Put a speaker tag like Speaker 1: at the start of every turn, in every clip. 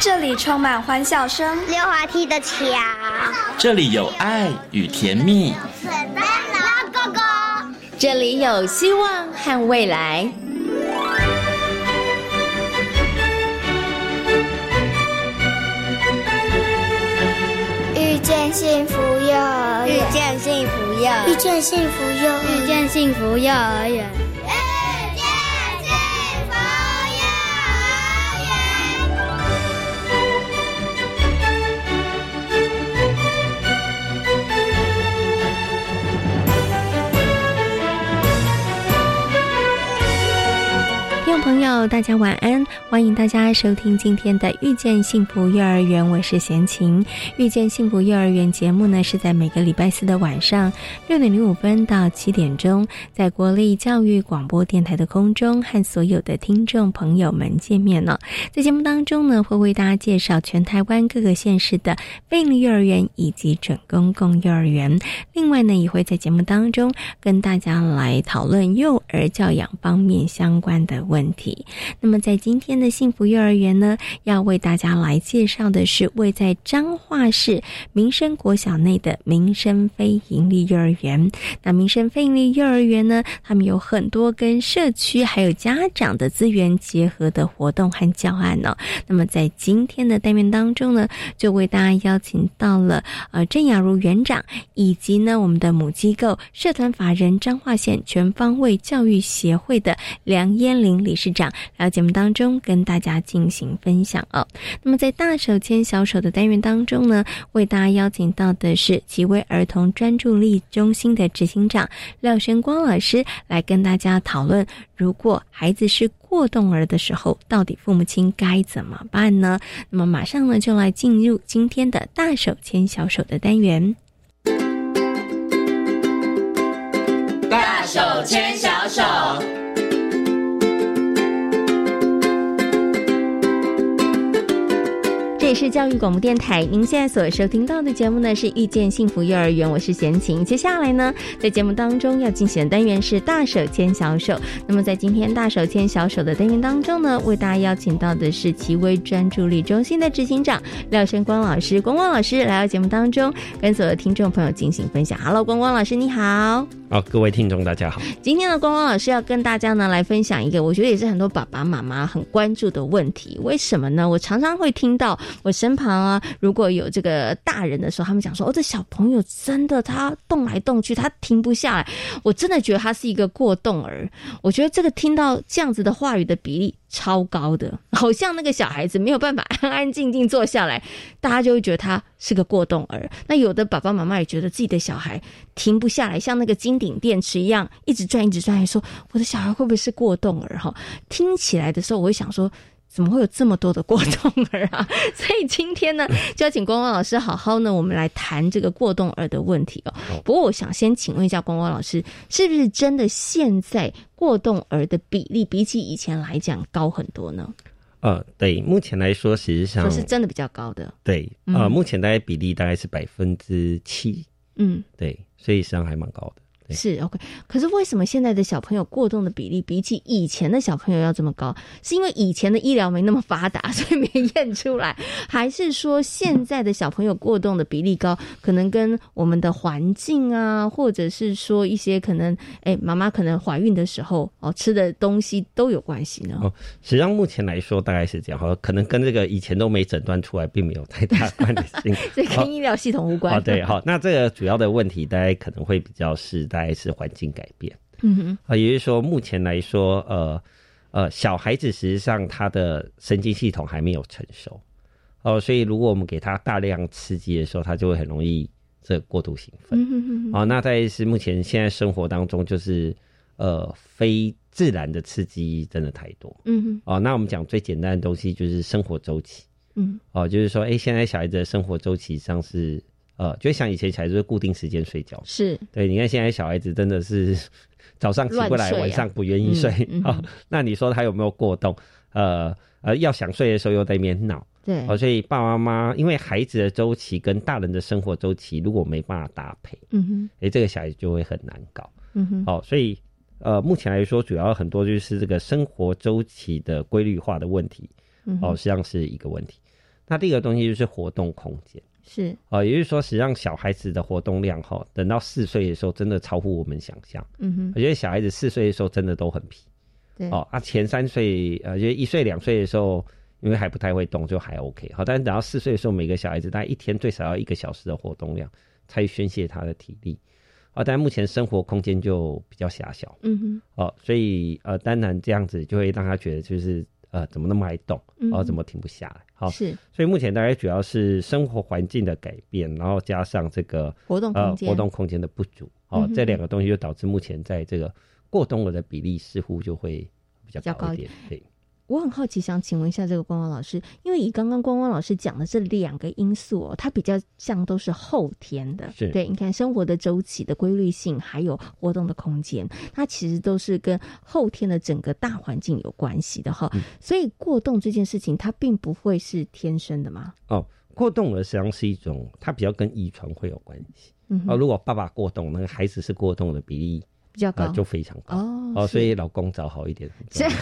Speaker 1: 这里充满欢笑声，
Speaker 2: 溜滑梯的桥，
Speaker 3: 这里有爱与甜蜜，
Speaker 2: 水灯笼哥哥，
Speaker 4: 这里有希望和未来。
Speaker 2: 遇见幸福幼儿
Speaker 5: 遇
Speaker 2: 园，
Speaker 5: 见幸福幼儿
Speaker 2: 遇见幸福幼儿园，
Speaker 5: 遇见幸福幼儿园。
Speaker 2: 遇见幸福幼儿园。
Speaker 6: 听众朋友，大家晚安！欢迎大家收听今天的《遇见幸福幼儿园》，我是贤琴。《遇见幸福幼儿园》节目呢是在每个礼拜四的晚上六点零五分到七点钟，在国立教育广播电台的空中和所有的听众朋友们见面了、在节目当中呢，会为大家介绍全台湾各个县市的非营利幼儿园以及准公共幼儿园。另外呢，也会在节目当中跟大家来讨论幼儿教养方面相关的问题。那么在今天的幸福幼儿园呢，要为大家来介绍的是位在彰化市民生国小内的民生非营利幼儿园。那民生非营利幼儿园呢，他们有很多跟社区还有家长的资源结合的活动和教案呢、那么在今天的单元当中呢，就为大家邀请到了呃郑雅茹园长，以及呢我们的母机构社团法人彰化县全方位教育协会的梁嫣玲理事长来到节目当中跟大家进行分享哦。那么在大手牵小手的单元当中呢，为大家邀请到的是奇威儿童专注力中心的执行长廖轩光老师来跟大家讨论，如果孩子是过动儿的时候，到底父母亲该怎么办呢？那么马上呢，就来进入今天的大手牵小手的单元。
Speaker 3: 大手牵小手。
Speaker 6: 这里是教育广播电台，您现在所收听到的节目呢是《遇见幸福幼儿园》，我是贤琴。接下来呢，在节目当中要进行的单元是“大手牵小手”。那么在今天“大手牵小手”的单元当中呢，为大家邀请到的是奇威专注力中心的执行长廖生光老师、光光老师来到节目当中，跟所有听众朋友进行分享。Hello，光光老师，你好。
Speaker 7: 好，哦各位听众大家好。
Speaker 6: 今天的光光老师要跟大家呢来分享一个，我觉得也是很多爸爸妈妈很关注的问题。为什么呢？我常常会听到我身旁啊，如果有这个大人的时候，他们讲说：“哦，这小朋友真的他动来动去，他停不下来。”我真的觉得他是一个过动儿。我觉得这个听到这样子的话语的比例超高的，好像那个小孩子没有办法安安静静坐下来，大家就会觉得他是个过动儿。那有的爸爸妈妈也觉得自己的小孩停不下来，像那个金顶电池一样一直转一直转，还说我的小孩会不会是过动儿？哈，听起来的时候我会想说。怎么会有这么多的过动儿啊？ 所以今天呢，就要请光光老师好好呢，我们来谈这个过动儿的问题哦。不过，我想先请问一下光光老师，是不是真的现在过动儿的比例比起以前来讲高很多呢？
Speaker 7: 呃，对，目前来说，实际上
Speaker 6: 说是真的比较高的，
Speaker 7: 对，
Speaker 6: 嗯
Speaker 7: 呃，目前大概比例大概是百分之七，
Speaker 6: 嗯，
Speaker 7: 对，所以实际上还蛮高的。对
Speaker 6: 是 OK。可是为什么现在的小朋友过动的比例比起以前的小朋友要这么高？是因为以前的医疗没那么发达， 所以没验出来，还是说现在的小朋友过动的比例高，可能跟我们的环境啊，或者是说一些可能，哎，妈妈可能怀孕的时候哦吃的东西都有关系呢？
Speaker 7: 哦实际上目前来说大概是这样，好，可能跟这个以前都没诊断出来，并没有太大关系。
Speaker 6: 这跟医疗系统无关。
Speaker 7: 哦，对，，好，那这个主要的问题大概可能会比较是，大概是环境改变。
Speaker 6: 嗯哼，
Speaker 7: 啊，也就是说，目前来说，呃呃，小孩子实际上他的神经系统还没有成熟，哦、所以如果我们给他大量刺激的时候，他就会很容易这过度兴奋。
Speaker 6: 嗯哼哼哼，
Speaker 7: 哦，那在是目前现在生活当中，就是呃非自然的刺激真的太多。
Speaker 6: 嗯哼，
Speaker 7: 哦，那我们讲最简单的东西就是生活周期。
Speaker 6: 嗯
Speaker 7: 哦，就是说，哎、现在小孩子的生活周期上是呃，就像以前小孩子会固定时间睡觉，
Speaker 6: 是，
Speaker 7: 对，你看现在小孩子真的是早上起不
Speaker 6: 乱
Speaker 7: 来，
Speaker 6: 睡啊
Speaker 7: 晚上不愿意睡
Speaker 6: 嗯嗯
Speaker 7: 啊、那你说他有没有过动？呃呃，要想睡的时候又在那边闹
Speaker 6: 对，
Speaker 7: 哦，所以爸爸妈妈因为孩子的周期跟大人的生活周期如果没办法搭配，
Speaker 6: 嗯哼，
Speaker 7: 哎、这个小孩子就会很难搞。
Speaker 6: 嗯哼，
Speaker 7: 哦，所以呃，目前来说，主要很多就是这个生活周期的规律化的问题
Speaker 6: 嗯哼
Speaker 7: 哦，实际上是一个问题。那第一个东西就是活动空间。
Speaker 6: 是
Speaker 7: 哦，也就是说，实际上小孩子的活动量哈，等到四岁的时候，真的超乎我们想象。
Speaker 6: 嗯哼，
Speaker 7: 我觉得小孩子四岁的时候真的都很皮，
Speaker 6: 对
Speaker 7: 哦，啊，前三岁呃，就是一岁两岁的时候，因为还不太会动，就还 OK。好，但是等到四岁的时候，每个小孩子大概一天最少要一个小时的活动量，才宣泄他的体力。啊、但目前生活空间就比较狭小
Speaker 6: 嗯哼，
Speaker 7: 哦，所以呃，当然这样子就会让他觉得就是呃，怎么那么爱动，
Speaker 6: 嗯
Speaker 7: 哦，怎么停不下来？好、
Speaker 6: 是
Speaker 7: 所以目前大概主要是生活环境的改变，然后加上这个
Speaker 6: 活动
Speaker 7: 呃
Speaker 6: 空间，
Speaker 7: 活动空间的不足哦，
Speaker 6: 嗯哼
Speaker 7: 这两个东西就导致目前在这个过动儿的比例似乎就会比较高一点。对，
Speaker 6: 我很好奇，想请问一下这个光光老师，因为以刚刚光光老师讲的这两个因素哦，它比较像都是后天的，
Speaker 7: 是
Speaker 6: 对。你看生活的周期的规律性，还有活动的空间，它其实都是跟后天的整个大环境有关系的
Speaker 7: 嗯
Speaker 6: 哈。所以过动这件事情，它并不会是天生的嘛。
Speaker 7: 哦，过动儿实际上是一种，它比较跟遗传会有关系。
Speaker 6: 嗯哼，
Speaker 7: 哦，如果爸爸过动，那个孩子是过动的比例
Speaker 6: 比较高、
Speaker 7: 啊、就非常高。
Speaker 6: 哦是
Speaker 7: 所以老公找好一点嗯 很重要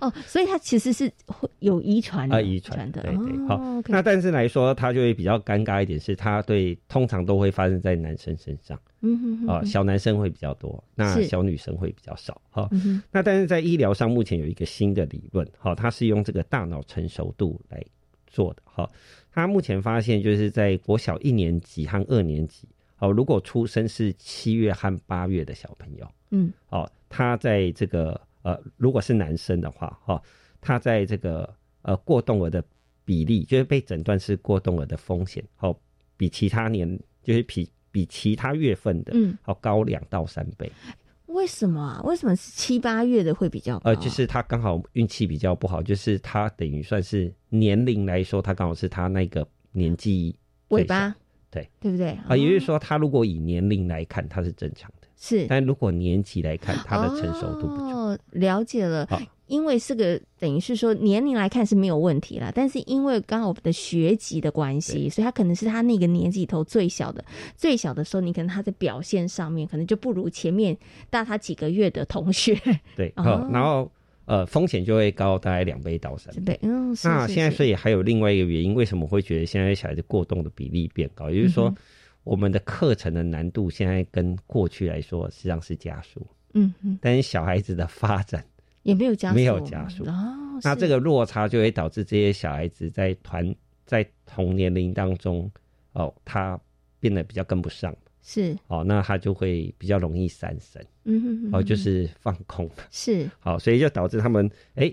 Speaker 6: 哦，所以它其实是会有遗传的
Speaker 7: 啊，遗传
Speaker 6: 的，
Speaker 7: 对对。好
Speaker 6: 哦，，OK
Speaker 7: 那但是来说，它就会比较尴尬一点，是它对通常都会发生在男生身上。
Speaker 6: 嗯哼哼
Speaker 7: 啊、
Speaker 6: 哼
Speaker 7: 小男生会比较多，那
Speaker 6: 是
Speaker 7: 小女生会比较少哦哈、
Speaker 6: 嗯哼
Speaker 7: 那但是在医疗上，目前有一个新的理论，哈、它是用这个大脑成熟度来做的哈、它目前发现就是在国小一年级和二年级，哦，如果出生是七月和八月的小朋友，
Speaker 6: 嗯，
Speaker 7: 哦，他在这个呃，如果是男生的话，哈、他在这个呃过动儿的比例，就是被诊断是过动儿的风险，哦，比其他年就是比比其他月份的，
Speaker 6: 嗯，
Speaker 7: 哦高两到三倍，
Speaker 6: 为什么啊？为什么是七八月的会比较高啊？
Speaker 7: 呃，就是他刚好运气比较不好，就是他等于算是年龄来说，他刚好是他那个年纪
Speaker 6: 尾
Speaker 7: 最小
Speaker 6: 巴，
Speaker 7: 对
Speaker 6: 对不对？哦
Speaker 7: 啊、也就是说，他如果以年龄来看，他是正常的，
Speaker 6: 是
Speaker 7: 但如果年纪来看，他的成熟度不足。啊
Speaker 6: 哦，了解了
Speaker 7: 好。
Speaker 6: 因为这个等于是说年龄来看是没有问题啦，但是因为刚好我们的学籍的关系，所以他可能是他那个年纪里头最小的，最小的时候，你可能他在表现上面可能就不如前面大他几个月的同 学，
Speaker 7: 对，
Speaker 6: 哦
Speaker 7: 好，然后呃，风险就会高大概两倍到三
Speaker 6: 对
Speaker 7: 倍。
Speaker 6: 不对？嗯，是
Speaker 7: 那
Speaker 6: 是
Speaker 7: 现在
Speaker 6: 是
Speaker 7: 所以还有另外一个原因，为什么会觉得现在小孩子过动的比例变高？也就是
Speaker 6: 嗯
Speaker 7: 说，我们的课程的难度现在跟过去来说实际上是加速，
Speaker 6: 嗯嗯，
Speaker 7: 但是小孩子的发展，
Speaker 6: 也没有加速，
Speaker 7: 没有加速
Speaker 6: 哦，
Speaker 7: 那
Speaker 6: 是
Speaker 7: 这个落差就会导致这些小孩子在团在同年龄当中，哦，他变得比较跟不上，
Speaker 6: 是
Speaker 7: 哦，那他就会比较容易三神，
Speaker 6: 嗯哼嗯
Speaker 7: 哦，
Speaker 6: 哼
Speaker 7: 就是放空。
Speaker 6: 是
Speaker 7: 好，所以就导致他们哎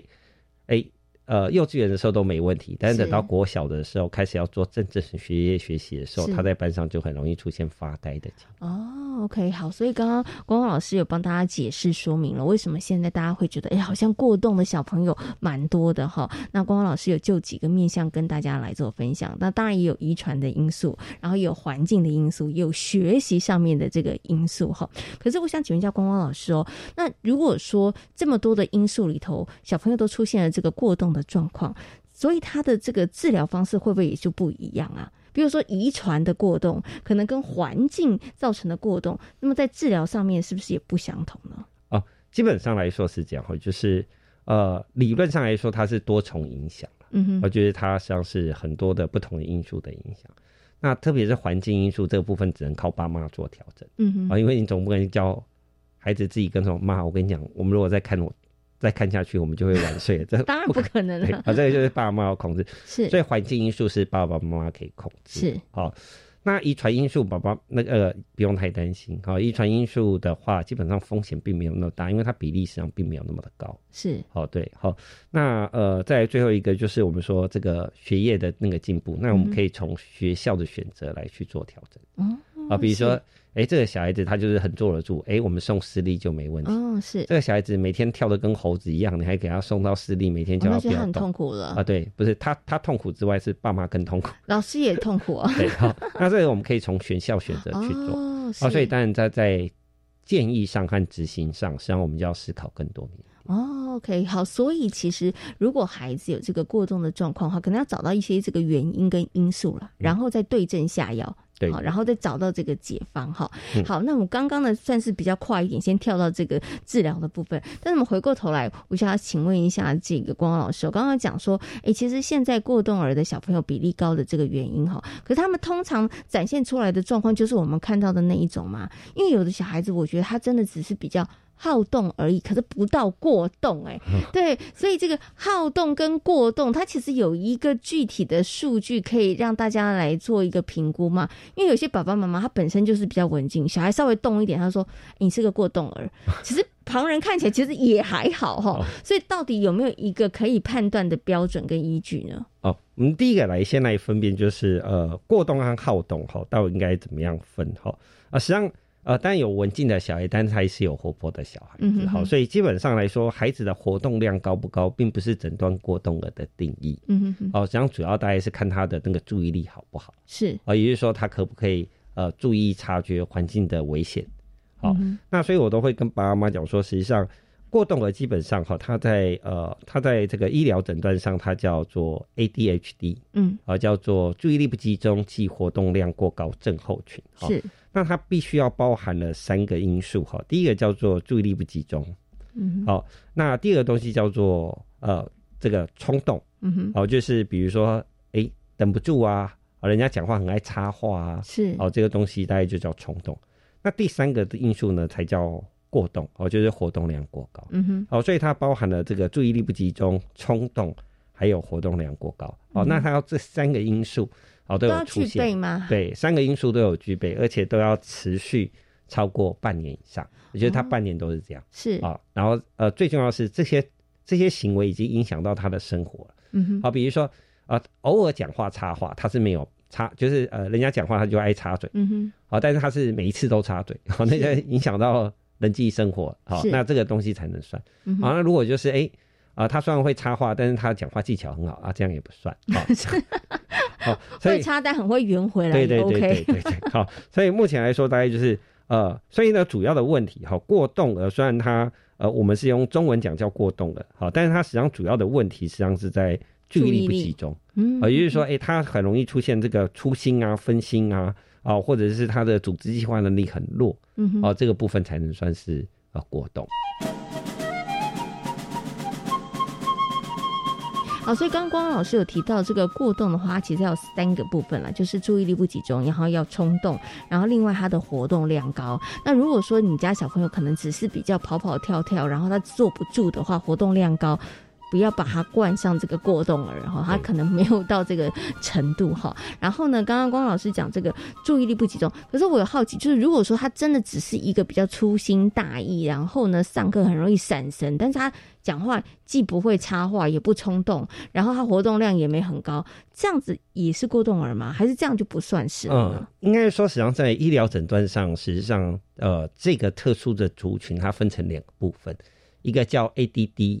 Speaker 7: 哎、呃，幼稚园的时候都没问题，但是
Speaker 6: 是
Speaker 7: 等到国小的时候开始要做真正学业学习的时候，
Speaker 6: 是
Speaker 7: 他在班上就很容易出现发呆的情况。
Speaker 6: 哦，OK，好，所以刚刚光光老师有帮大家解释说明了为什么现在大家会觉得，哎，好像过动的小朋友蛮多的哈。那光光老师有就几个面向跟大家来做分享，那当然也有遗传的因素，然后也有环境的因素，也有学习上面的这个因素哈。可是我想请问一下光光老师哦，那如果说这么多的因素里头，小朋友都出现了这个过动的状况，所以他的这个治疗方式会不会也就不一样啊？比如说遗传的过动，可能跟环境造成的过动，那么在治疗上面是不是也不相同呢？
Speaker 7: 基本上来说是这样哈，就是呃，理论上来说它是多重影响，
Speaker 6: 嗯
Speaker 7: 我
Speaker 6: 哼，
Speaker 7: 觉得它实际上是很多的不同的因素的影响。那特别是环境因素这个部分，只能靠爸妈做调整
Speaker 6: 嗯哼，
Speaker 7: 啊，因为你总不能叫孩子自己跟说妈，我跟你讲，我们如果再看我再看下去，我们就会晚睡了。这
Speaker 6: 当然不可能
Speaker 7: 对
Speaker 6: 了，
Speaker 7: 啊，这个就是爸妈要控制，
Speaker 6: 是
Speaker 7: 所以环境因素是爸爸妈妈可以控制。
Speaker 6: 是，
Speaker 7: 好、那遗传因素，爸爸那个、呃不用太担心。好、遗传因素的话，基本上风险并没有那么大，因为它比例实际上并没有那么的高。
Speaker 6: 是，
Speaker 7: 好、对，好、那呃，再来最后一个就是我们说这个学业的那个进步，那我们可以从学校的选择来去做调整
Speaker 6: 嗯，
Speaker 7: 啊、比如说，哎、这个小孩子他就是很坐得住，哎、我们送私立就没问题。
Speaker 6: 哦，是，
Speaker 7: 这个小孩子每天跳的跟猴子一样，你还给他送到私立，每天
Speaker 6: 哦
Speaker 7: 叫
Speaker 6: 那
Speaker 7: 他
Speaker 6: 就
Speaker 7: 不要
Speaker 6: 很
Speaker 7: 动
Speaker 6: 痛。苦了，
Speaker 7: 啊，对，不是他，他痛苦之外是爸妈更痛苦。
Speaker 6: 老师也痛苦 啊，
Speaker 7: 对， 好，那这个我们可以从学校选择去做啊、
Speaker 6: 哦，
Speaker 7: 所以
Speaker 6: 是
Speaker 7: 当然在在建议上和执行上，实际上我们就要思考更多面。
Speaker 6: 哦，OK，好，所以其实如果孩子有
Speaker 7: 嗯
Speaker 6: 这个过动的状况的话，可能要找到一些这个原因跟因素了，然后再对症下药，
Speaker 7: 对
Speaker 6: 好，然后再找到这个解方哈。好，那我们刚刚呢算是比较快一点，先跳到这个治疗的部分。但是我们回过头来，我想要请问一下这个光老师，我刚刚讲说，诶，其实现在过动儿的小朋友比例高的这个原因哈，可是他们通常展现出来的状况就是我们看到的那一种嘛？因为有的小孩子，我觉得他真的只是比较。好动而已，可是不到过动哎、 对，所以这个好动跟过动，它其实有一个具体的数据可以让大家来做一个评估嘛。因为有些爸爸妈妈他本身就是比较文静，小孩稍微动一点，他说你是个过动 儿，其实旁人看起来其实也还好
Speaker 7: 哦
Speaker 6: 哈。所以到底有没有一个可以判断的标准跟依据呢？
Speaker 7: 哦，我们第一个来先来分辨，就是呃过动和好动哈，到底应该怎么样分哈？啊、实际上呃，当然有文静的小孩，但是还是有活泼的小孩
Speaker 6: 嗯
Speaker 7: 子
Speaker 6: 哼
Speaker 7: 好、
Speaker 6: 哼
Speaker 7: 所以基本上来说，孩子的活动量高不高，并不是诊断过动儿的定义。
Speaker 6: 嗯哼哼，
Speaker 7: 哦，实际上主要大概是看他的那个注意力好不好，
Speaker 6: 是，
Speaker 7: 啊、也就是说他可不可以呃注意察觉环境的危险。好、
Speaker 6: 嗯
Speaker 7: 那所以我都会跟爸妈讲说，实际上过动儿基本上哈，他在呃他在这个医疗诊断上，它叫做 ADHD。
Speaker 6: 嗯，
Speaker 7: 啊，叫做注意力不集中及活动量过高症候群。哈
Speaker 6: 是，
Speaker 7: 那它必须要包含了三个因素哈。第一个叫做注意力不集中，
Speaker 6: 嗯哼，
Speaker 7: 好、那第二个东西叫做呃这个冲动，
Speaker 6: 嗯哼，
Speaker 7: 哦、就是比如说哎、诶等不住啊，啊人家讲话很爱插话啊，
Speaker 6: 是，
Speaker 7: 哦、这个东西大概就叫冲动。那第三个的因素呢，才叫过动，哦、就是活动量过高。
Speaker 6: 嗯哼，
Speaker 7: 哦，所以它包含了这个注意力不集中、冲动，还有活动量过高。哦，那它要这三个因素，哦都
Speaker 6: 嗯都
Speaker 7: 有
Speaker 6: 要
Speaker 7: 出
Speaker 6: 具备
Speaker 7: 现，
Speaker 6: 吗？
Speaker 7: 对，三个因素都有具备，而且都要持续超过半年以上。我觉得他半年都是这样
Speaker 6: 是，
Speaker 7: 啊、哦然后呃，最重要的是这些这些行为已经影响到他的生活了。
Speaker 6: 嗯哼，
Speaker 7: 好、比如说啊、呃偶尔讲话插话，他是没有插，就是呃，人家讲话他就爱插嘴。
Speaker 6: 嗯哼，
Speaker 7: 好，但是他是每一次都插嘴，好，那就影响到人际生活，好，
Speaker 6: 是
Speaker 7: 那这个东西才能算。
Speaker 6: 嗯
Speaker 7: 好，那如果就是哎。诶啊、他虽然会插话，但是他讲话技巧很好啊，这样也不算。 好好、所
Speaker 6: 会
Speaker 7: 以
Speaker 6: 插但很会圆回来
Speaker 7: 对对对
Speaker 6: OK
Speaker 7: 对对对，好、所以目前来说，大概就是呃，所以呢，主要的问题，好、过动儿虽然它呃，我们是用中文讲叫过动儿，好、但是它实际上主要的问题实际上是在注
Speaker 6: 注
Speaker 7: 意力
Speaker 6: 意
Speaker 7: 不
Speaker 6: 力
Speaker 7: 集中。
Speaker 6: 嗯
Speaker 7: 啊，也就是说，哎、他很容易出现这个粗心啊、分心啊，啊，或者是他的组织计划能力很弱，
Speaker 6: 嗯哼
Speaker 7: 哦、这个部分才能算是呃过动。
Speaker 6: 好，所以刚刚光老师有提到这个过动的话，它其实要有三个部分啦，就是注意力不集中，然后要冲动，然后另外他的活动量高。那如果说你家小朋友可能只是比较跑跑跳跳，然后他坐不住的话，活动量高。不要把它冠上这个过动儿哈，他
Speaker 7: 对
Speaker 6: 可能没有到这个程度哈。然后呢，刚刚光老师讲这个注意力不集中，可是我有好奇，就是如果说他真的只是一个比较粗心大意，然后呢上课很容易闪神，但是他讲话既不会插话，也不冲动，然后他活动量也没很高，这样子也是过动儿吗？还是这样就不算是了
Speaker 7: 嗯
Speaker 6: 呢？，
Speaker 7: 应该说，实际上在医疗诊断上，实际上呃，这个特殊的族群它分成两个部分，一个叫ADD，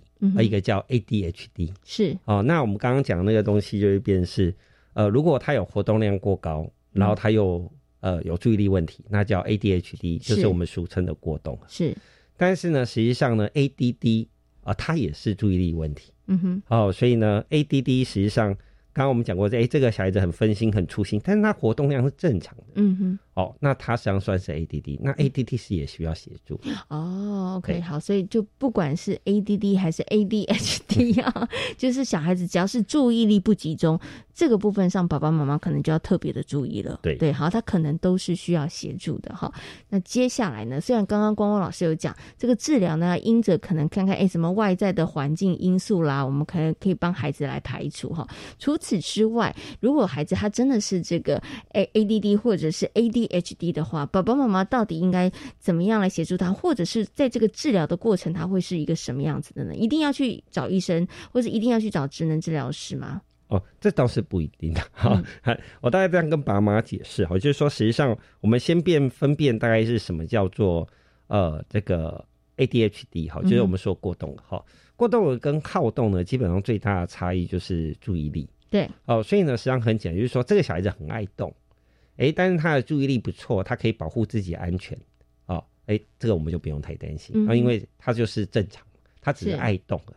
Speaker 6: 嗯
Speaker 7: 呃，
Speaker 6: 哼
Speaker 7: 一个叫 ADHD。
Speaker 6: 是，
Speaker 7: 哦，那我们刚刚讲的那个东西就会变是，呃，如果他有活动量过高，然后他又呃有注意力问题，那叫 ADHD，就是
Speaker 6: 是
Speaker 7: 我们俗称的过动。
Speaker 6: 是，
Speaker 7: 但是呢，实际上呢，ADD 啊、它也是注意力问题
Speaker 6: 嗯哼，
Speaker 7: 哦，所以呢，ADD 实际上，刚刚我们讲过，哎，这个小孩子很分心、很粗心，但是他活动量是正常的
Speaker 6: 嗯哼。
Speaker 7: 哦，那他实际上算是 ADD，那 ADD 是也需要协助，
Speaker 6: 哦，OK，
Speaker 7: 对
Speaker 6: 好，所以就不管是 ADD 还是 ADHD
Speaker 7: 嗯
Speaker 6: 啊，就是小孩子只要是注意力不集中，这个部分上爸爸妈妈可能就要特别的注意了。
Speaker 7: 对
Speaker 6: 对，好，他可能都是需要协助的哈。那接下来呢，虽然刚刚光光老师有讲这个治疗呢，因着可能看看哎什么外在的环境因素啦，我们可能可以帮孩子来排除哈。除此之外，如果孩子他真的是这个 A A D D 或者是 A D H D 的话，爸爸妈妈到底应该怎么样来协助他，或者是在这个治疗的过程，他会是一个什么样子的呢？一定要去找医生，或者一定要去找职能治疗师吗？
Speaker 7: 哦，这倒是不一定的。哈、
Speaker 6: 嗯
Speaker 7: 我大概这样跟爸妈解释哈，就是说，实际上我们先辨分辨大概是什么叫做呃这个 ADHD 哈，
Speaker 6: 嗯
Speaker 7: 就是我们说过动哈、过动儿跟好动呢，基本上最大的差异就是注意力
Speaker 6: 对，
Speaker 7: 哦，所以呢，实际上很简单，就是说这个小孩子很爱动，诶，但是他的注意力不错，他可以保护自己安全哦，诶，这个我们就不用太担心，
Speaker 6: 嗯
Speaker 7: 啊、因为他就是正常，他只是
Speaker 6: 是
Speaker 7: 爱动而已。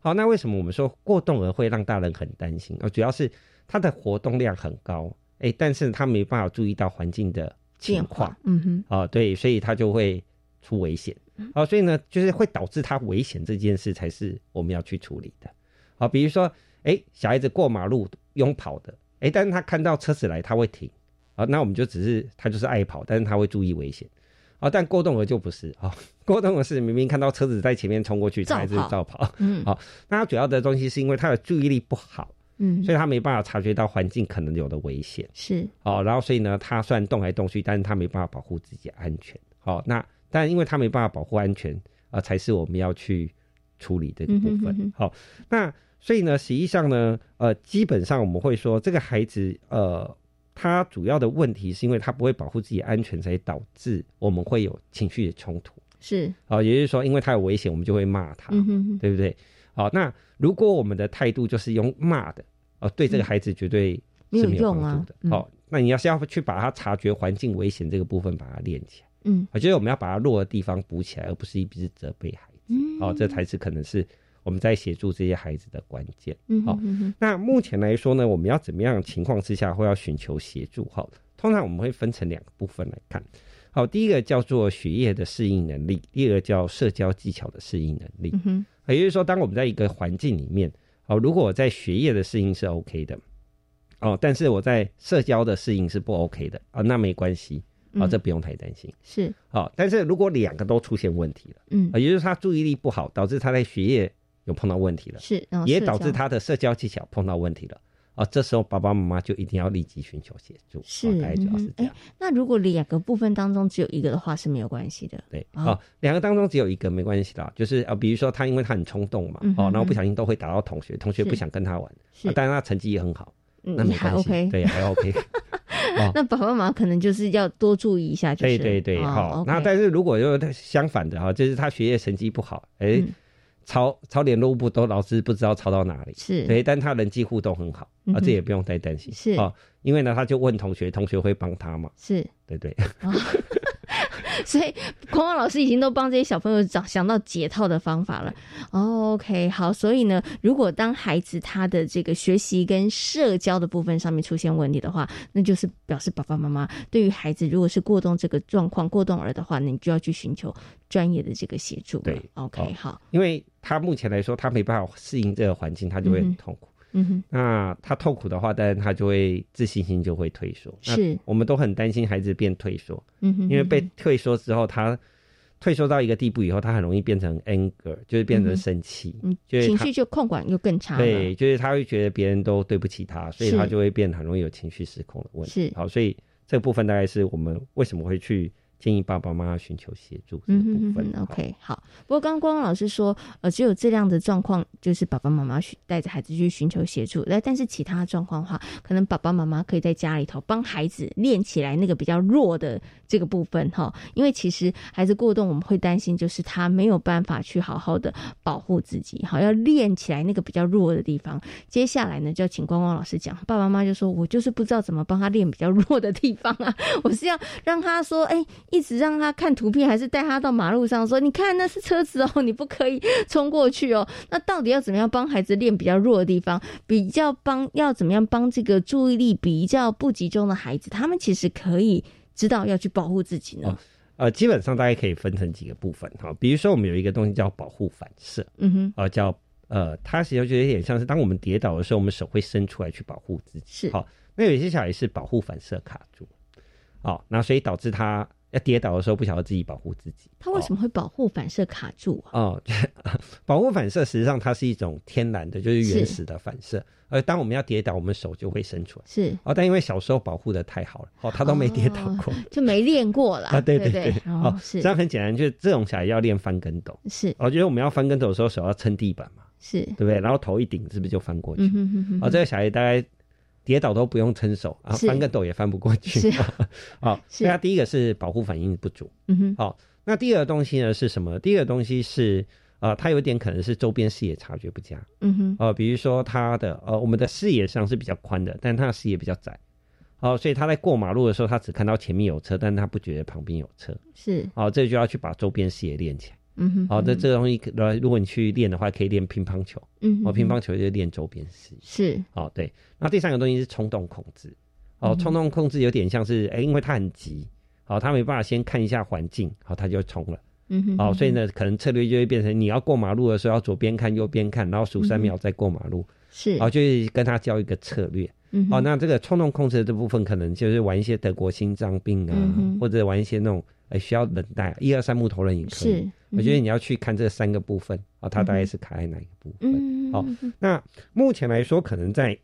Speaker 7: 好，哦那为什么我们说过动儿会让大人很担心？呃，主要是他的活动量很高，哎、哎、但是他没办法注意到环境的情
Speaker 6: 变
Speaker 7: 况
Speaker 6: 化，嗯哼，
Speaker 7: 啊、对，所以他就会出危险
Speaker 6: 嗯
Speaker 7: 啊、所以呢，就是会导致他危险这件事才是我们要去处理的啊、比如说，哎、小孩子过马路拥跑的，哎、但是他看到车子来，他会停啊、那我们就只是他就是爱跑，但是他会注意危险。啊、但过动儿就不是啊、过动儿是明明看到车子在前面冲过去，他还是
Speaker 6: 照跑
Speaker 7: 照跑。
Speaker 6: 嗯
Speaker 7: 好那他主要的东西是因为他的注意力不好，
Speaker 6: 嗯，
Speaker 7: 所以他没办法察觉到环境可能有的危险。
Speaker 6: 是
Speaker 7: 哦，然后所以呢，他虽然动来动去，但是他没办法保护自己的安全。好、那但因为他没办法保护安全，啊、才是我们要去处理这个部
Speaker 6: 嗯哼哼
Speaker 7: 分。好、那所以呢，实际上呢，呃，基本上我们会说，这个孩子，呃，他主要的问题是因为他不会保护自己的安全，才导致我们会有情绪的冲突。
Speaker 6: 是，
Speaker 7: 啊、也就是说，因为他有危险，我们就会骂他。
Speaker 6: 嗯哼哼，
Speaker 7: 对不对？好、那如果我们的态度就是用骂的，哦、对这个孩子绝对
Speaker 6: 嗯没
Speaker 7: 是
Speaker 6: 有
Speaker 7: 没有
Speaker 6: 用
Speaker 7: 帮
Speaker 6: 啊
Speaker 7: 助的。
Speaker 6: 嗯
Speaker 7: 好、那你要是要去把他察觉环境危险这个部分把它练起来，
Speaker 6: 嗯
Speaker 7: 我觉得我们要把他弱的地方补起来，而不是一直责备孩子。
Speaker 6: 嗯，
Speaker 7: 哦，这才是可能是我们在协助这些孩子的关键。
Speaker 6: 嗯
Speaker 7: 好
Speaker 6: 哼哼哼，
Speaker 7: 那目前来说呢，我们要怎么样的情况之下会要寻求协助？哈，通常我们会分成两个部分来看。好，第一个叫做学业的适应能力，第二个叫社交技巧的适应能力。
Speaker 6: 嗯哼，
Speaker 7: 也就是说，当我们在一个环境里面，哦，如果我在学业的适应是 OK 的，哦，但是我在社交的适应是不 OK 的啊、那没关系，啊、
Speaker 6: 嗯
Speaker 7: 这不用太担心。
Speaker 6: 是，
Speaker 7: 好、但是如果两个都出现问题了，
Speaker 6: 嗯
Speaker 7: 啊也就是他注意力不好，导致他在学业有碰到问题了，
Speaker 6: 是，然后
Speaker 7: 也
Speaker 6: 哦社
Speaker 7: 导致
Speaker 6: 交
Speaker 7: 他的社交技巧碰到问题了。啊、这时候爸爸妈妈就一定要立即寻求协助，
Speaker 6: 是嗯哎
Speaker 7: 哦大概主要是这样。
Speaker 6: 那如果两个部分当中只有一个的话是没有关系的，
Speaker 7: 对，
Speaker 6: 哦
Speaker 7: 哦，两个当中只有一个没关系的啊，就是啊，比如说他因为他很冲动嘛，
Speaker 6: 嗯哼
Speaker 7: 哦，然后
Speaker 6: 嗯
Speaker 7: 不小心都会打到同学，同学不
Speaker 6: 是
Speaker 7: 想跟他玩，
Speaker 6: 是
Speaker 7: 啊，但是他成绩也很好，
Speaker 6: 嗯
Speaker 7: 那没
Speaker 6: 也还
Speaker 7: 关系，
Speaker 6: OK，
Speaker 7: 对，还 OK。哦，
Speaker 6: 那爸爸妈妈可能就是要多注意一下，就是
Speaker 7: 对对
Speaker 6: 哦
Speaker 7: 对，好。那
Speaker 6: 但
Speaker 7: 但是如果又相反的哈，就是他学业成绩不好，哎
Speaker 6: 嗯，
Speaker 7: 抄抄联络簿都老师不知道抄到哪里，
Speaker 6: 是
Speaker 7: 对，但他人际互动很好
Speaker 6: 嗯
Speaker 7: 啊，
Speaker 6: 哼
Speaker 7: 这也不用太担心，
Speaker 6: 是
Speaker 7: 哦，因为呢，他就问同学，同学会帮他嘛，
Speaker 6: 是，
Speaker 7: 对不对？
Speaker 6: 所以光光老师已经都帮这些小朋友找想到解套的方法了。哦 OK，好，所以呢，如果当孩子他的这个学习跟社交的部分上面出现问题的话，那就是表示爸爸妈妈对于孩子如果是过动这个状况过动儿的话，那你就要去寻求专业的这个协助了。
Speaker 7: 对
Speaker 6: ，OK，好，
Speaker 7: 因为他目前来说，他没办法适应这个环境，他就会
Speaker 6: 嗯
Speaker 7: 很
Speaker 6: 哼
Speaker 7: 痛苦。
Speaker 6: 嗯哼，
Speaker 7: 那他痛苦的话，当然他就会自信心就会退缩。那
Speaker 6: 是
Speaker 7: 我们都很担心孩子变退缩，
Speaker 6: 嗯哼，
Speaker 7: 因为被
Speaker 6: 嗯
Speaker 7: 退缩之后，他退缩到一个地步以后，他很容易变成 anger，就是变
Speaker 6: 嗯
Speaker 7: 成
Speaker 6: 哼
Speaker 7: 生气，
Speaker 6: 哼
Speaker 7: 就是
Speaker 6: 情
Speaker 7: 他
Speaker 6: 绪就控管又更差了。
Speaker 7: 对，就是他会觉得别人都对不起他，所以
Speaker 6: 是
Speaker 7: 他就会变得很容易有情绪失控的问题。
Speaker 6: 是
Speaker 7: 好，所以这部分大概是我们为什么会去建议爸爸妈妈寻求协助这个
Speaker 6: 嗯哼
Speaker 7: 部分
Speaker 6: 哼。
Speaker 7: 啊好
Speaker 6: 哼，OK，好。不过刚刚光老师说，呃，只有这样的状况，就是爸爸妈妈去带着孩子去寻求协助。那但是其他状况的话，可能爸爸妈妈可以在家里头帮孩子练起来那个比较弱的这个部分哈。因为其实孩子过动，我们会担心就是他没有办法去好好的保护自己，好要练起来那个比较弱的地方。接下来呢，就要请光光老师讲，爸爸妈妈就说我就是不知道怎么帮他练比较弱的地方啊，我是要让他说，哎、一直让他看图片，还是带他到马路上说，你看那是车子哦，你不可以冲过去哦。 那到底要怎么样帮孩子练比较弱的地方？比较帮要怎么样帮这个注意力比较不集中的孩子，他们其实可以知道要去保护自己呢。
Speaker 7: 哦呃，基本上大概可以分成几个部分哈，比如说我们有一个东西叫保护反射，
Speaker 6: 嗯哼，
Speaker 7: 呃，叫呃，它实际上就有点像是当我们跌倒的时候，我们手会伸出来去保护自己。
Speaker 6: 是
Speaker 7: 好、那有些小孩是保护反射卡住，好、那所以导致他要跌倒的时候不晓得自己保护自己。
Speaker 6: 他为什
Speaker 7: 么？
Speaker 6: 么会保护反射卡住啊？
Speaker 7: 哦， 保护反射实际上它是一种天然的，就是原始的反射。而当我们要跌倒，我们手就会伸出来。
Speaker 6: 是
Speaker 7: 哦，但因为小时候保护的太好了，哦，他都没跌倒过。
Speaker 6: 就没练过啦。
Speaker 7: 啊，对
Speaker 6: 对
Speaker 7: 对，
Speaker 6: 哦，
Speaker 7: 这
Speaker 6: 是
Speaker 7: 样很简单，就是这种小孩要练翻跟斗。哦
Speaker 6: 是
Speaker 7: 我觉得我们要翻跟斗的时候，手要撑地板嘛，
Speaker 6: 是，
Speaker 7: 对不对？然后头一顶，是不是就翻过去？
Speaker 6: 嗯哼哼哼
Speaker 7: 哦，这个小孩大概跌倒都不用撑手，啊，
Speaker 6: 是
Speaker 7: 翻跟斗也翻不过去。
Speaker 6: 是
Speaker 7: 好，
Speaker 6: 是
Speaker 7: 所以他第一个是保护反应不足。
Speaker 6: 嗯哼，
Speaker 7: 好，那第二个东西呢是什么？第二个东西是呃，他有点可能是周边视野察觉不佳。
Speaker 6: 嗯哼，
Speaker 7: 呃，比如说他的呃，我们的视野上是比较宽的，但他的视野比较窄。哦，所以他在过马路的时候，他只看到前面有车，但他不觉得旁边有车。
Speaker 6: 是，
Speaker 7: 哦，这就要去把周边视野练起来。
Speaker 6: 嗯哼，
Speaker 7: 好、哦，那这个东西可，呃，如果你去练的话，可以练乒乓球。
Speaker 6: 嗯哼，
Speaker 7: 哦，乒乓球就练周边视野。
Speaker 6: 是
Speaker 7: 哦，对。那第三个东西是冲动控制。哦，
Speaker 6: 嗯
Speaker 7: 冲动控制有点像是，哎、因为他很急，哦，他没办法先看一下环境，好、哦，他就冲了。
Speaker 6: 嗯哼，
Speaker 7: 哦，所以呢，可能策略就会变成你要过马路的时候要左边看右边看，然后数
Speaker 6: 嗯
Speaker 7: 三秒再过马路，
Speaker 6: 是
Speaker 7: 哦，就是跟他教一个策略。
Speaker 6: 嗯哼
Speaker 7: 哦，那这个冲动控制的这部分，可能就是玩一些德国心脏病啊，
Speaker 6: 嗯哼
Speaker 7: 或者玩一些那种哎、需要等待一二三木头人也可
Speaker 6: 是
Speaker 7: 以。，
Speaker 6: 嗯
Speaker 7: 我觉得你要去看这三个部分啊、哦，它大概是卡在哪一个部分？
Speaker 6: 嗯，
Speaker 7: 哦那目前来说，可能在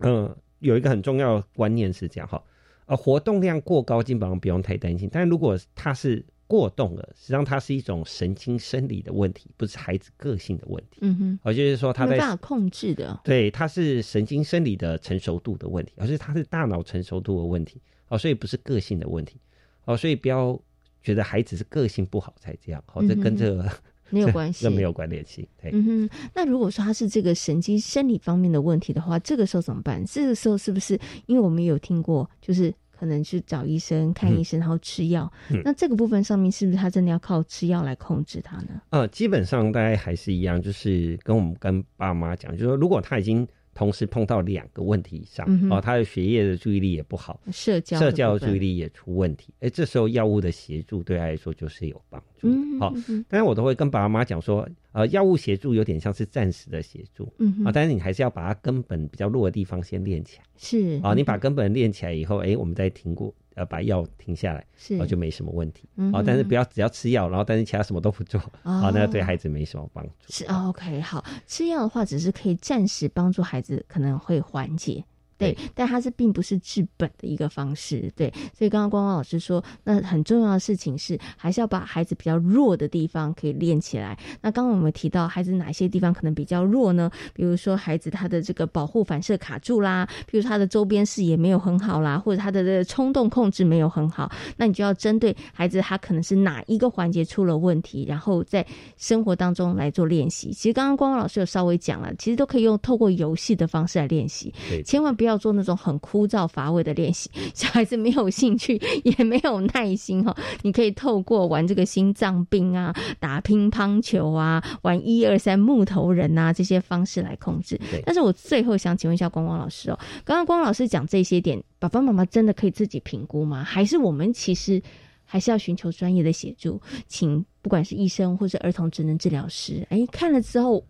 Speaker 7: 嗯、呃有一个很重要的观念是这样哈，呃，活动量过高基本上不用太担心，但如果它是过动了，实际上它是一种神经生理的问题，不是孩子个性的问题。
Speaker 6: 嗯哼，
Speaker 7: 而就是说，他
Speaker 6: 没
Speaker 7: 在
Speaker 6: 办法控制的，
Speaker 7: 对，它是神经生理的成熟度的问题，而是它是大脑成熟度的问题哦，所以不是个性的问题哦，所以不要觉得孩子是个性不好才这样哦，这跟这个、
Speaker 6: 嗯没有关系，
Speaker 7: 这没。有关联性。对，
Speaker 6: 嗯哼，那如果说他是这个神经生理方面的问题的话，这个时候怎么办？这个时候是不是因为我们有听过，就是可能去找医生看医生，然后吃药？
Speaker 7: 嗯
Speaker 6: 那这个部分上面是不是他真的要靠吃药来控制他呢？
Speaker 7: 呃，基本上大概还是一样，就是跟我们跟爸妈讲，就是说，如果他已经同时碰到两个问题以上，
Speaker 6: 嗯哼
Speaker 7: 哦，他的学业的注意力也不好，
Speaker 6: 社交
Speaker 7: 社交
Speaker 6: 的部
Speaker 7: 的
Speaker 6: 分
Speaker 7: 注意，力也出问题，哎，这时候药物的协助对他来说就是有帮助
Speaker 6: 嗯，
Speaker 7: 的。好、
Speaker 6: 嗯哼
Speaker 7: 但是我都会跟爸妈讲说，呃，药物协助有点像是暂时的协助。
Speaker 6: 嗯
Speaker 7: 啊、
Speaker 6: 哼，
Speaker 7: 但是你还是要把它根本比较弱的地方先练起来
Speaker 6: 是
Speaker 7: 啊、你把根本练起来以后，哎、我们再停过，呃，把药停下来，
Speaker 6: 是
Speaker 7: 哦，就没什么问题。
Speaker 6: 嗯
Speaker 7: 哦
Speaker 6: 哼，
Speaker 7: 但是不要只要吃药，然后但是其他什么都不做，哦，那对孩子没什么帮助。
Speaker 6: 是哦 OK 好，吃药的话只是可以暂时帮助孩子，可能会缓解。对，但它是并不是治本的一个方式，对，所以刚刚光光老师说，那很重要的事情是，还是要把孩子比较弱的地方可以练起来。那刚刚我们提到孩子哪些地方可能比较弱呢？比如说孩子他的这个保护反射卡住啦，比如他的周边视野没有很好啦，或者他的这个冲动控制没有很好，那你就要针对孩子他可能是哪一个环节出了问题，然后在生活当中来做练习。其实刚刚光光老师有稍微讲了，其实都可以用透过游戏的方式来练习，
Speaker 7: 对
Speaker 6: 千万不要做那种很枯燥乏味的练习， 小孩子没有兴趣，也没有耐心哈、哦。你可以透过玩这个心脏病啊、打乒乓球啊、玩一二三木头人啊这些方式来控制
Speaker 7: 对。
Speaker 6: 但是我最后想请问一下光光老师哦，刚刚光老师讲这些点，爸爸妈妈真的可以自己评估吗？还是我们其实还是要寻求专业的协助，请不管是医生或是儿童职能治疗师，哎，看了之后。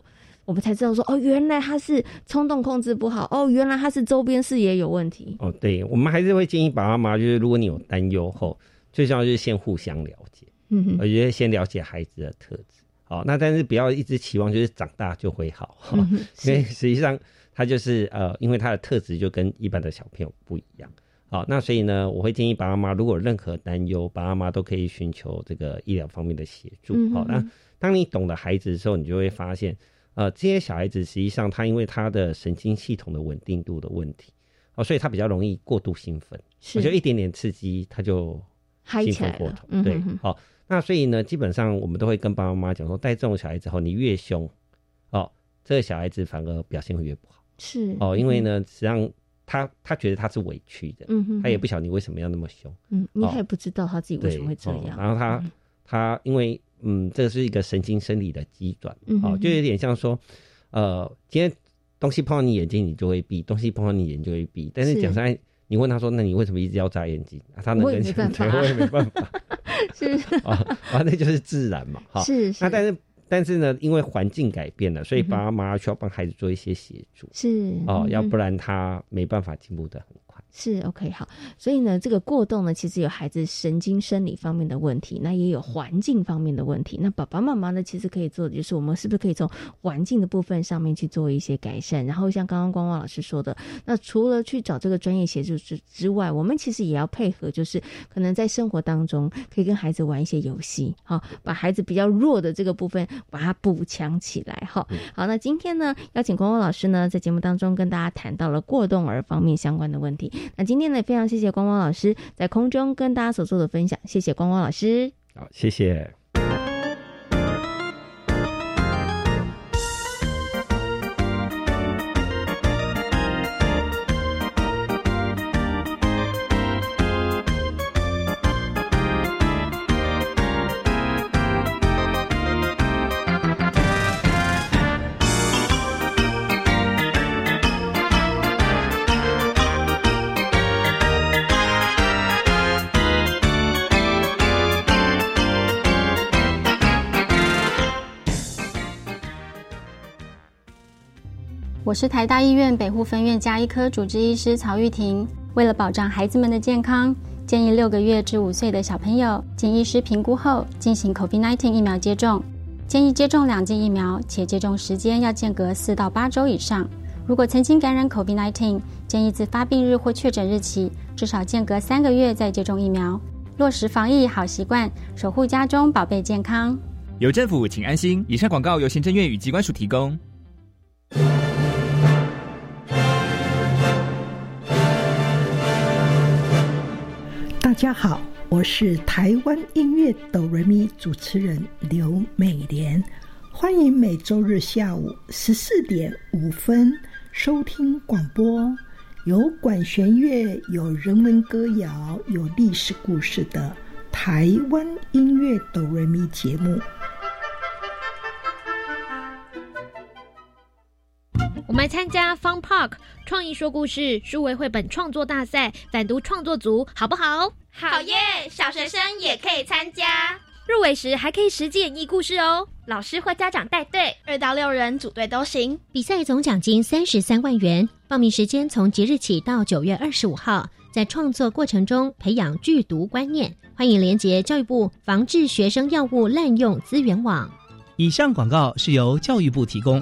Speaker 6: 我们才知道说，哦，原来他是冲动控制不好，哦，原来他是周边视野有问题。
Speaker 7: 哦，对，我们还是会建议爸爸妈妈，就是如果你有担忧后，最重要就是先互相了解，
Speaker 6: 嗯哼
Speaker 7: 我觉得先了解孩子的特质。好、那但是不要一直期望就是长大就会好，哈、
Speaker 6: 嗯哼，
Speaker 7: 因为
Speaker 6: 是
Speaker 7: 实际上他就是呃，因为他的特质就跟一般的小朋友不一样。好、那所以呢，我会建议爸爸妈妈，如果有任何担忧，爸爸妈妈都可以寻求这个医疗方面的协助。
Speaker 6: 嗯
Speaker 7: 好、
Speaker 6: 嗯
Speaker 7: 那当你懂了孩子的时候，你就会发现，呃，这些小孩子实际上他因为他的神经系统的稳定度的问题，哦，所以他比较容易过度兴奋，
Speaker 6: 是，
Speaker 7: 就一点点刺激他就
Speaker 6: 嗨
Speaker 7: 兴
Speaker 6: 起
Speaker 7: 奋
Speaker 6: 来
Speaker 7: 过
Speaker 6: 了
Speaker 7: 头，，
Speaker 6: 嗯
Speaker 7: 对
Speaker 6: 哼哼，
Speaker 7: 好、那所以呢，基本上我们都会跟爸爸妈妈讲说，带这种小孩子后，你越凶，哦，这个小孩子反而表现会越不好
Speaker 6: 是
Speaker 7: 哦，因为，呢，实际上他他觉得他是委屈的，
Speaker 6: 嗯哼，
Speaker 7: 他也不晓得你为什么要那么凶，
Speaker 6: 嗯，你
Speaker 7: 哦
Speaker 6: 还不知道他自己为
Speaker 7: 对，
Speaker 6: 什么会这
Speaker 7: 哦
Speaker 6: 样。
Speaker 7: 然后他
Speaker 6: 嗯
Speaker 7: 他因为嗯，这是一个神经生理的机转，
Speaker 6: 嗯哼
Speaker 7: 哦，
Speaker 6: 哼
Speaker 7: 就有点像说，呃，今天东西碰到你眼睛，你就会闭；东西碰到你眼就会闭。但
Speaker 6: 是
Speaker 7: 是讲实在，你问他说，那你为什么一直要眨眼睛？啊、他能
Speaker 6: 我也
Speaker 7: 跟
Speaker 6: 没
Speaker 7: 你
Speaker 6: 办法
Speaker 7: 讲，我也没办法。
Speaker 6: 是
Speaker 7: 啊啊，那就是自然嘛，哈。
Speaker 6: 是
Speaker 7: 那但
Speaker 6: 是
Speaker 7: 是但是呢，因为环境改变了，所以爸妈需要帮孩子做一些协助、
Speaker 6: 是
Speaker 7: 哦，要
Speaker 6: 嗯
Speaker 7: 不然他没办法进步的很快。
Speaker 6: 是 OK 好，所以呢，这个过动呢，其实有孩子神经生理方面的问题，那也有环境方面的问题。那爸爸妈妈呢，其实可以做的就是，我们是不是可以从环境的部分上面去做一些改善？然后像刚刚光光老师说的，那除了去找这个专业协助之之外，我们其实也要配合，就是可能在生活当中可以跟孩子玩一些游戏，好、把孩子比较弱的这个部分把它补强起来，哈、好，那今天呢，邀请光光老师呢，在节目当中跟大家谈到了过动儿方面相关的问题。那今天呢，也非常谢谢光光老师在空中跟大家所做的分享，谢谢光光老师。
Speaker 7: 好，哦谢谢。
Speaker 8: Thank 我是台大医院北护分院加医科主治医师曹玉婷。为了保障孩子们的健康，建议六个月至五岁的小朋友经医师评估后进行 COVID-19 疫苗接种，建议接种两剂疫苗，且接种时间要间隔四到八周以上。如果曾经感染 COVID-19，建议自发病日或确诊日起至少间隔三个月再接种疫苗。落实防疫好习惯，守护家中宝贝健康。
Speaker 9: 有政府，请安心。以上广告由行政院与机关署提供。
Speaker 10: 大家好，我是台湾音乐哆瑞咪主持人刘美莲，欢迎每周日下午十四点五分收听广播，有管弦乐，有人文歌谣，有历史故事的台湾音乐哆瑞咪节目。
Speaker 11: 我们参加 Fun Park 创意说故事数位绘本创作大赛，反读创作组，好不好？
Speaker 2: 好耶！小学生也可以参加，
Speaker 11: 入围时还可以实际演绎故事哦。
Speaker 2: 老师或家长带队，二到六人组队都行。
Speaker 12: 比赛总奖金三十三万元，报名时间从即日起到九月二十五号。在创作过程中培养剧毒观念，欢迎连结教育部防治学生药物滥用资源网。
Speaker 3: 以上广告是由教育部提供。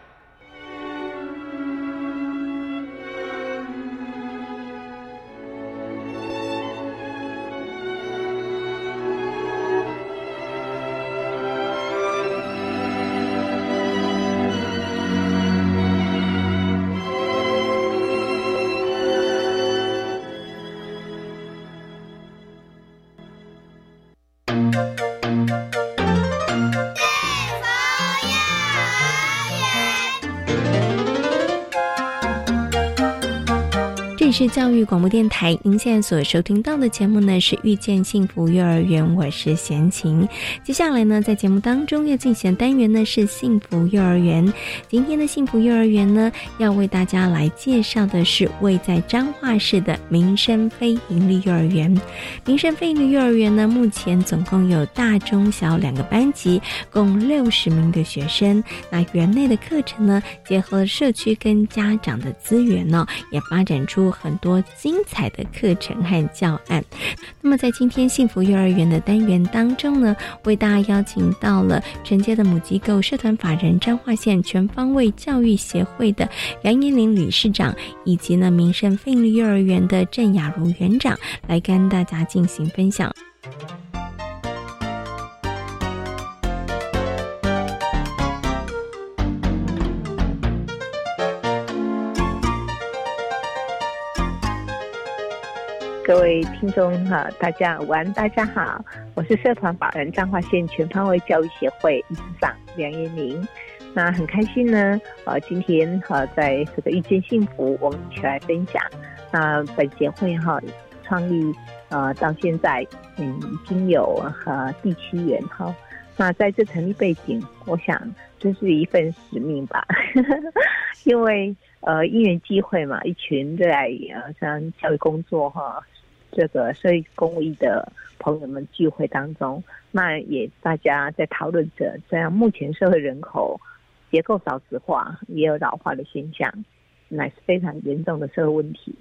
Speaker 6: 是教育广播电台，您现在所收听到的节目呢是《遇见幸福幼儿园》，我是贤琴。接下来呢，在节目当中要进行的单元呢是幸福幼儿园。今天的幸福幼儿园呢，要为大家来介绍的是位在彰化市的民生非营利幼儿园。民生非营利幼儿园呢，目前总共有大、中、小两个班级，共六十名的学生。那园内的课程呢，结合社区跟家长的资源呢、哦，也发展出。很多精彩的课程和教案。那么，在今天幸福幼儿园的单元当中呢，为大家邀请到了承接的母机构社团法人彰化县全方位教育协会的杨延玲理事长，以及呢民生费力幼儿园的郑雅茹园长，来跟大家进行分 享。
Speaker 13: 各位听众哈，大家午安，大家好，我是社团法人彰化县全方位教育协会理事长梁延玲。那很开心呢，呃，今天哈，在这个遇见幸福，我们一起来分享。那本协会哈创立呃到现在，嗯，已经有呃第七年哈。那在这成立背景，我想这是一份使命吧， 因为呃因缘际会嘛，一群热爱呃像教育工作哈。这个社会公益的朋友们聚会当中，那也大家在讨论着这样目前社会人口结构少子化，也有老化的现象，乃是非常严重的社会问题。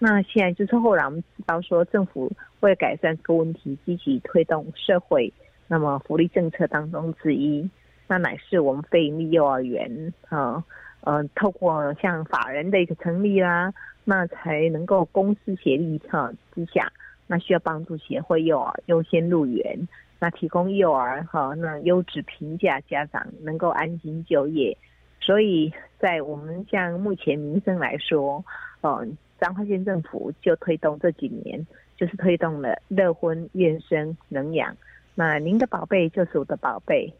Speaker 13: 那现在就是后来我们知道说，政府为改善这个问题，积极推动社会那么福利政策当中之一，那乃是我们非营利幼儿园啊。呃呃，透过像法人的一个成立啦、啊，那才能够公私协力呃哈之下，那需要帮助协会幼儿优先入园，那提供幼儿哈那优质评价家长能够安心就业，所以在我们像目前民生来说，呃，彰化县政府就推动这几年就是推动了乐婚、愿生、能养，那您的宝贝就是我的宝贝。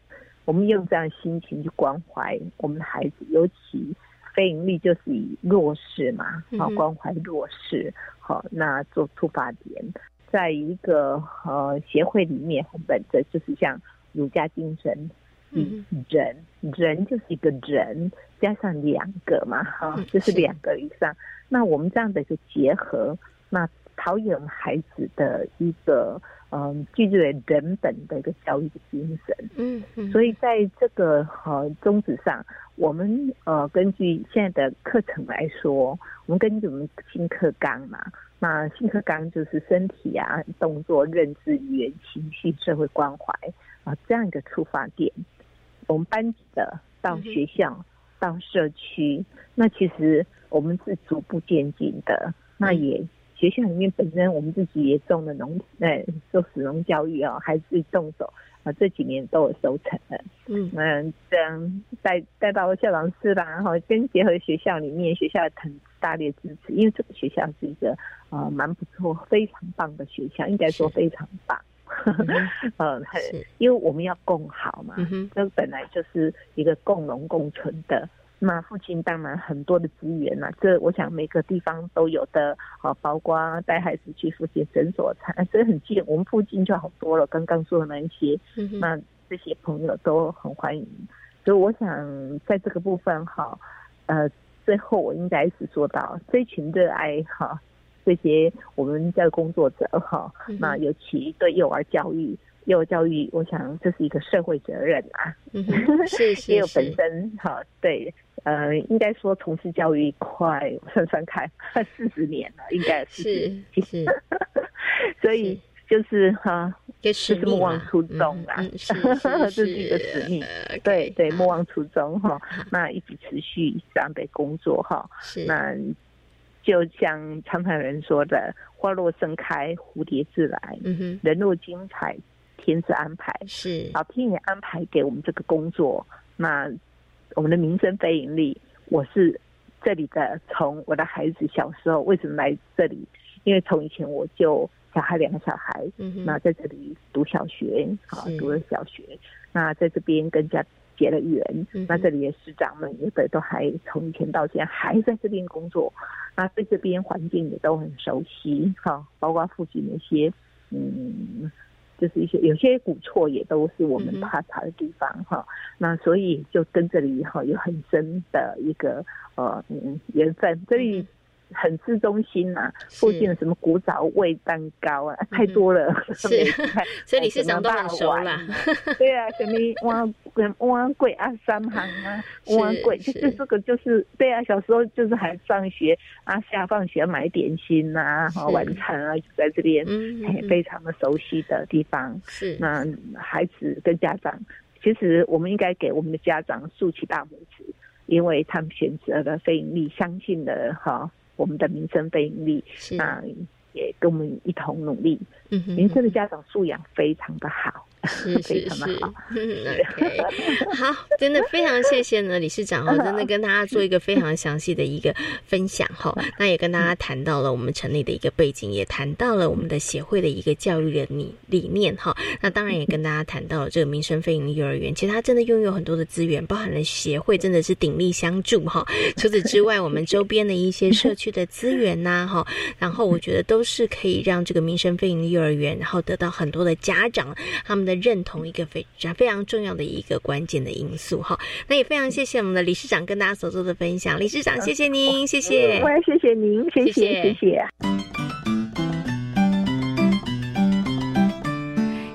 Speaker 13: 我们用这样心情去关怀我们的孩子，尤其非盈利就是以弱势嘛，好、嗯、关怀弱势，好那做出发点，在一个呃协会里面，本着就是像儒家精神，以人、嗯、人就是一个人加上两个嘛，哈、嗯，就是两个以上。那我们这样的一个结合，那陶冶孩子的一个嗯，具备人本的一个教育的精神。
Speaker 6: 嗯，嗯
Speaker 13: 所以在这个呃宗旨上，我们呃根据现在的课程来说，我们根据我们新课纲嘛，那新课纲就是身体啊、动作、认知、语言、情绪、社会关怀啊、这样一个出发点，我们班级的到学校。到社区，那其实我们是逐步渐进的。那也学校里面本身我们自己也种了农，呃，做使农教育哦，还是动手啊，这几年都有收成了。
Speaker 6: 嗯
Speaker 13: 嗯，这样带带到校长室啦，然后跟结合学校里面学校很大力支持，因为这个学校是一个呃蛮不错、非常棒的学校，应该说非常棒。 嗯，很，因为我们要共好嘛
Speaker 6: 嗯哼，
Speaker 13: 那、本来就是一个共荣共存的。那附近当然很多的资源啦、这我想每个地方都有的，呃，包括带孩子去附近诊所看，这很近，我们附近就好多了。刚刚说的那一些，
Speaker 6: 嗯哼
Speaker 13: 那这些朋友都很欢迎，所以我想在这个部分哈，呃，最后我应该是做到这一群热爱哈这些我们的工作者哈
Speaker 6: 嗯哼，
Speaker 13: 那尤其对幼儿教育，幼儿教育，我想这是一个社会责任啊，
Speaker 6: 嗯哼，是
Speaker 13: 也
Speaker 6: 是
Speaker 13: 有本
Speaker 6: 是，
Speaker 13: 身哈对。呃，应该说从事教育快算算看，四十年了，应该
Speaker 6: 是是，
Speaker 13: 所以就是哈，
Speaker 6: 给
Speaker 13: 就是
Speaker 6: 使
Speaker 13: 莫
Speaker 6: 命
Speaker 13: 忘
Speaker 6: 啦
Speaker 13: 初衷 啦，
Speaker 6: 嗯是
Speaker 13: 这
Speaker 6: 是呃
Speaker 13: 是一个使命，对对，莫忘初衷哈，那一直持续这样的工作哈，
Speaker 6: 嗯是
Speaker 13: 那就像常常有人说的，花落盛开，蝴蝶自来，
Speaker 6: 嗯哼，
Speaker 13: 人若精彩，天是安排，
Speaker 6: 是
Speaker 13: 老天爷安排给我们这个工作，那我们的民生非盈利，我是这里的，从我的孩子小时候为什么来这里？因为从以前我就小孩两个小孩，
Speaker 6: 嗯哼
Speaker 13: 那在这里读小学，好
Speaker 6: 是
Speaker 13: 读了小学，那在这边跟人家结了缘，
Speaker 6: 嗯哼
Speaker 13: 那这里的师长们也都都还从以前到现在还在这边工作，那对这边环境也都很熟悉，哈，包括附近那些，嗯，就是一些有些古厝也都是我们
Speaker 6: 嗯哼
Speaker 13: 踏查的地方哈、那所以就跟这里哈有很深的一个呃嗯缘分，这里很市中心呐、附近的什么古早味蛋糕啊，太多了，
Speaker 6: 嗯 是
Speaker 13: 每次 看哎
Speaker 6: 所以李市长都很熟啦。
Speaker 13: 对啊，什么碗碗粿啊、三行啊、
Speaker 6: 是
Speaker 13: 碗粿，就是
Speaker 6: 是
Speaker 13: 这个就是对啊，小时候就是还上学啊，下放学买点心呐、
Speaker 6: 是
Speaker 13: 啊、晚餐啊，就在这边，
Speaker 6: 嗯嗯
Speaker 13: 哎
Speaker 6: 嗯
Speaker 13: 非常的熟悉的地方。
Speaker 6: 是
Speaker 13: 那孩子跟家长，其实我们应该给我们的家长竖起大拇指，因为他们选择了非盈利，相信了哈我们的民生非盈利，
Speaker 6: 是
Speaker 13: 那也跟我们一同努力。
Speaker 6: 嗯哼
Speaker 13: 民生的家长素养非常的好，
Speaker 6: 是是
Speaker 13: 非常的
Speaker 6: 是
Speaker 13: 好。
Speaker 6: 嗯，OK，好，真的非常谢谢呢，理事长哦， 真的跟大家做一个非常详细的一个分享哈、那也跟大家谈到了我们成立的一个背景，也谈到了我们的协会的一个教育的理理念哈、那当然也跟大家谈到了这个民生非营利幼儿园，其实它真的拥有很多的资源，包含了协会真的是鼎力相助哈、除此之外，我们周边的一些社区的资源呐、哈，然后我觉得都是可以让这个民生非营利幼儿园，然后得到很多的家长他们的认同，一个非常非常重要的一个关键的因素哈。那也非常谢谢我们的理事长跟大家所做的分享，理事长谢谢您，谢谢
Speaker 13: 我。也谢谢您，谢
Speaker 6: 谢
Speaker 13: 谢
Speaker 6: 谢
Speaker 13: 谢谢。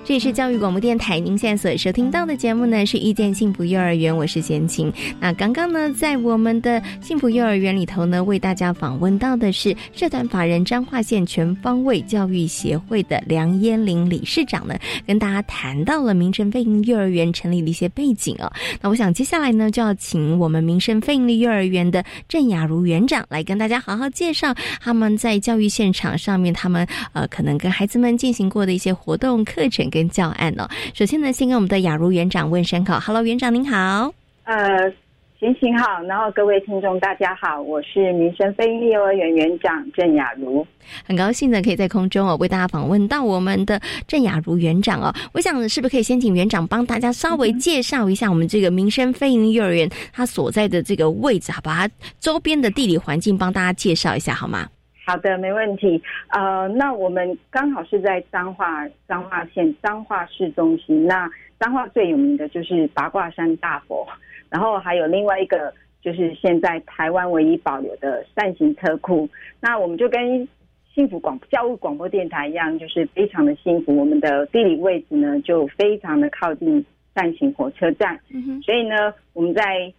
Speaker 14: 这里是教育广播电台，您现在所收听到的节目呢是遇见幸福幼儿园，我是贤琴。那刚刚呢，在我们的幸福幼儿园里头呢，为大家访问到的是社团法人彰化县全方位教育协会的梁嫣玲理事长呢，跟大家谈到了民生费营幼儿园成立的一些背景哦。那我想接下来呢，就要请我们民生非营利幼儿园的郑雅茹园长来跟大家好好介绍他们在教育现场上面，他们呃可能跟孩子们进行过的一些活动、课程跟教案哦。首先呢，先跟我们的雅茹园长问声好，Hello，园长您好。
Speaker 2: 呃，行行好，然后各位听众大家好，我是民生非营利幼儿园园长郑雅茹。
Speaker 14: 很高兴呢，可以在空中哦为大家访问到我们的郑雅茹园长哦。我想是不是可以先请园长帮大家稍微介绍一下我们这个民生非营利幼儿园它所在的这个位置，好吧？它周边的地理环境帮大家介绍一下好吗？
Speaker 2: 好的，没问题。呃，那我们刚好是在彰化彰化县彰化市中心。那彰化最有名的就是八卦山大佛，然后还有另外一个就是现在台湾唯一保留的扇形车库。那我们就跟幸福广教育广播电台一样，就是非常的幸福。我们的地理位置呢，就非常的靠近站行火车站，
Speaker 1: 嗯、
Speaker 2: 所以呢，我们在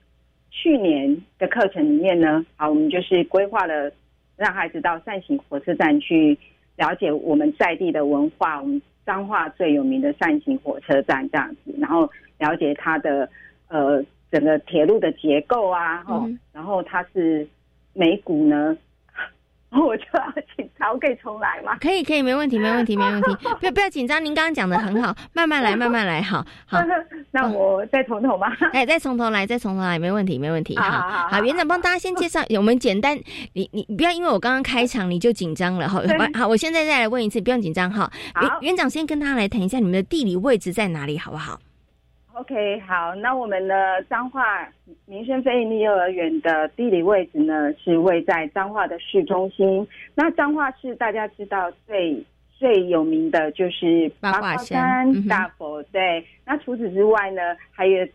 Speaker 2: 去年的课程里面呢，啊，我们就是规划了让孩子到扇形火车站去了解我们在地的文化，我们彰化最有名的扇形火车站这样子，然后了解它的呃整个铁路的结构啊，哈、
Speaker 1: 嗯
Speaker 2: 然后它是美股呢， 我就要请他，我可以重来吗？
Speaker 6: 可以，可以，没问题，没问题，没问 题。不要不要紧张，您刚刚讲的很好，慢慢来，慢慢来，好好。
Speaker 2: 那我再从头吗？
Speaker 6: 哎，再从头来，再从头来，没问题，没问题。
Speaker 2: 好好好
Speaker 6: 好，园长帮大家先介绍，我们简单， 你你你不要因为我刚刚开场你就紧张 了哈。好好，我现在再来问一次，不用紧张哈。
Speaker 2: 好
Speaker 6: 园园长先跟他来谈一下你们的地理位置在哪里，好不好？
Speaker 2: OK，好，那我们的彰化民生非营利幼儿园的地理位置呢，是位在彰化的市中心。那彰化市大家知道最最有名的就是
Speaker 6: 八卦山
Speaker 2: 山
Speaker 6: 嗯哼
Speaker 2: 大佛，对。那除此之外呢，还有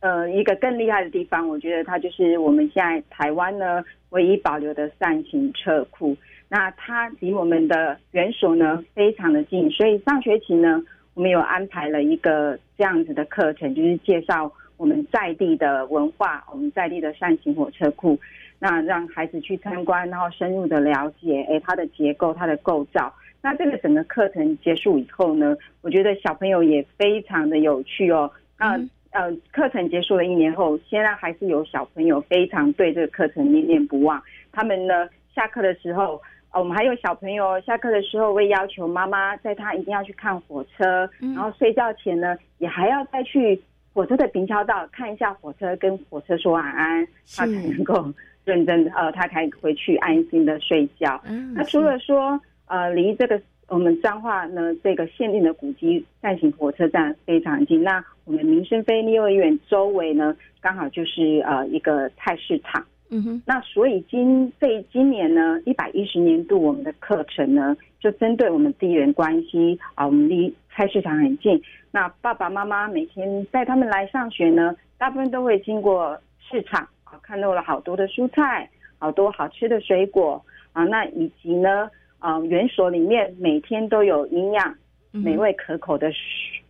Speaker 2: 呃一个更厉害的地方，我觉得它就是我们现在台湾呢唯一保留的扇形车库。那它离我们的园所呢非常的近，所以上学期呢，我们有安排了一个这样子的课程，就是介绍我们在地的文化，我们在地的扇形火车库，那让孩子去参观，然后深入的了解，诶，它的结构、它的构造。那这个整个课程结束以后呢，我觉得小朋友也非常的有趣哦。那、呃，课程结束了一年后，现在还是有小朋友非常对这个课程念念不忘。他们呢，下课的时候，呃，我们还有小朋友下课的时候会要求妈妈带他一定要去看火车，
Speaker 1: 嗯
Speaker 2: 然后睡觉前呢，也还要再去火车的平交道看一下火车，跟火车说晚安，他才能够认真地呃，他才回去安心的睡觉。
Speaker 6: 嗯
Speaker 2: 那啊除了说呃离这个我们彰化呢这个限定的古迹站行火车站非常近，那我们民生非利幼儿园周围呢刚好就是呃一个菜市场。
Speaker 6: 嗯哼，
Speaker 2: 那所以今这今年呢，一百一十年度我们的课程呢，就针对我们地缘关系啊，我们离菜市场很近。那爸爸妈妈每天带他们来上学呢，大部分都会经过市场啊，看到了好多的蔬菜，好多好吃的水果啊，那以及呢，啊，园所里面每天都有营养、
Speaker 6: 嗯哼
Speaker 2: 美味可口的水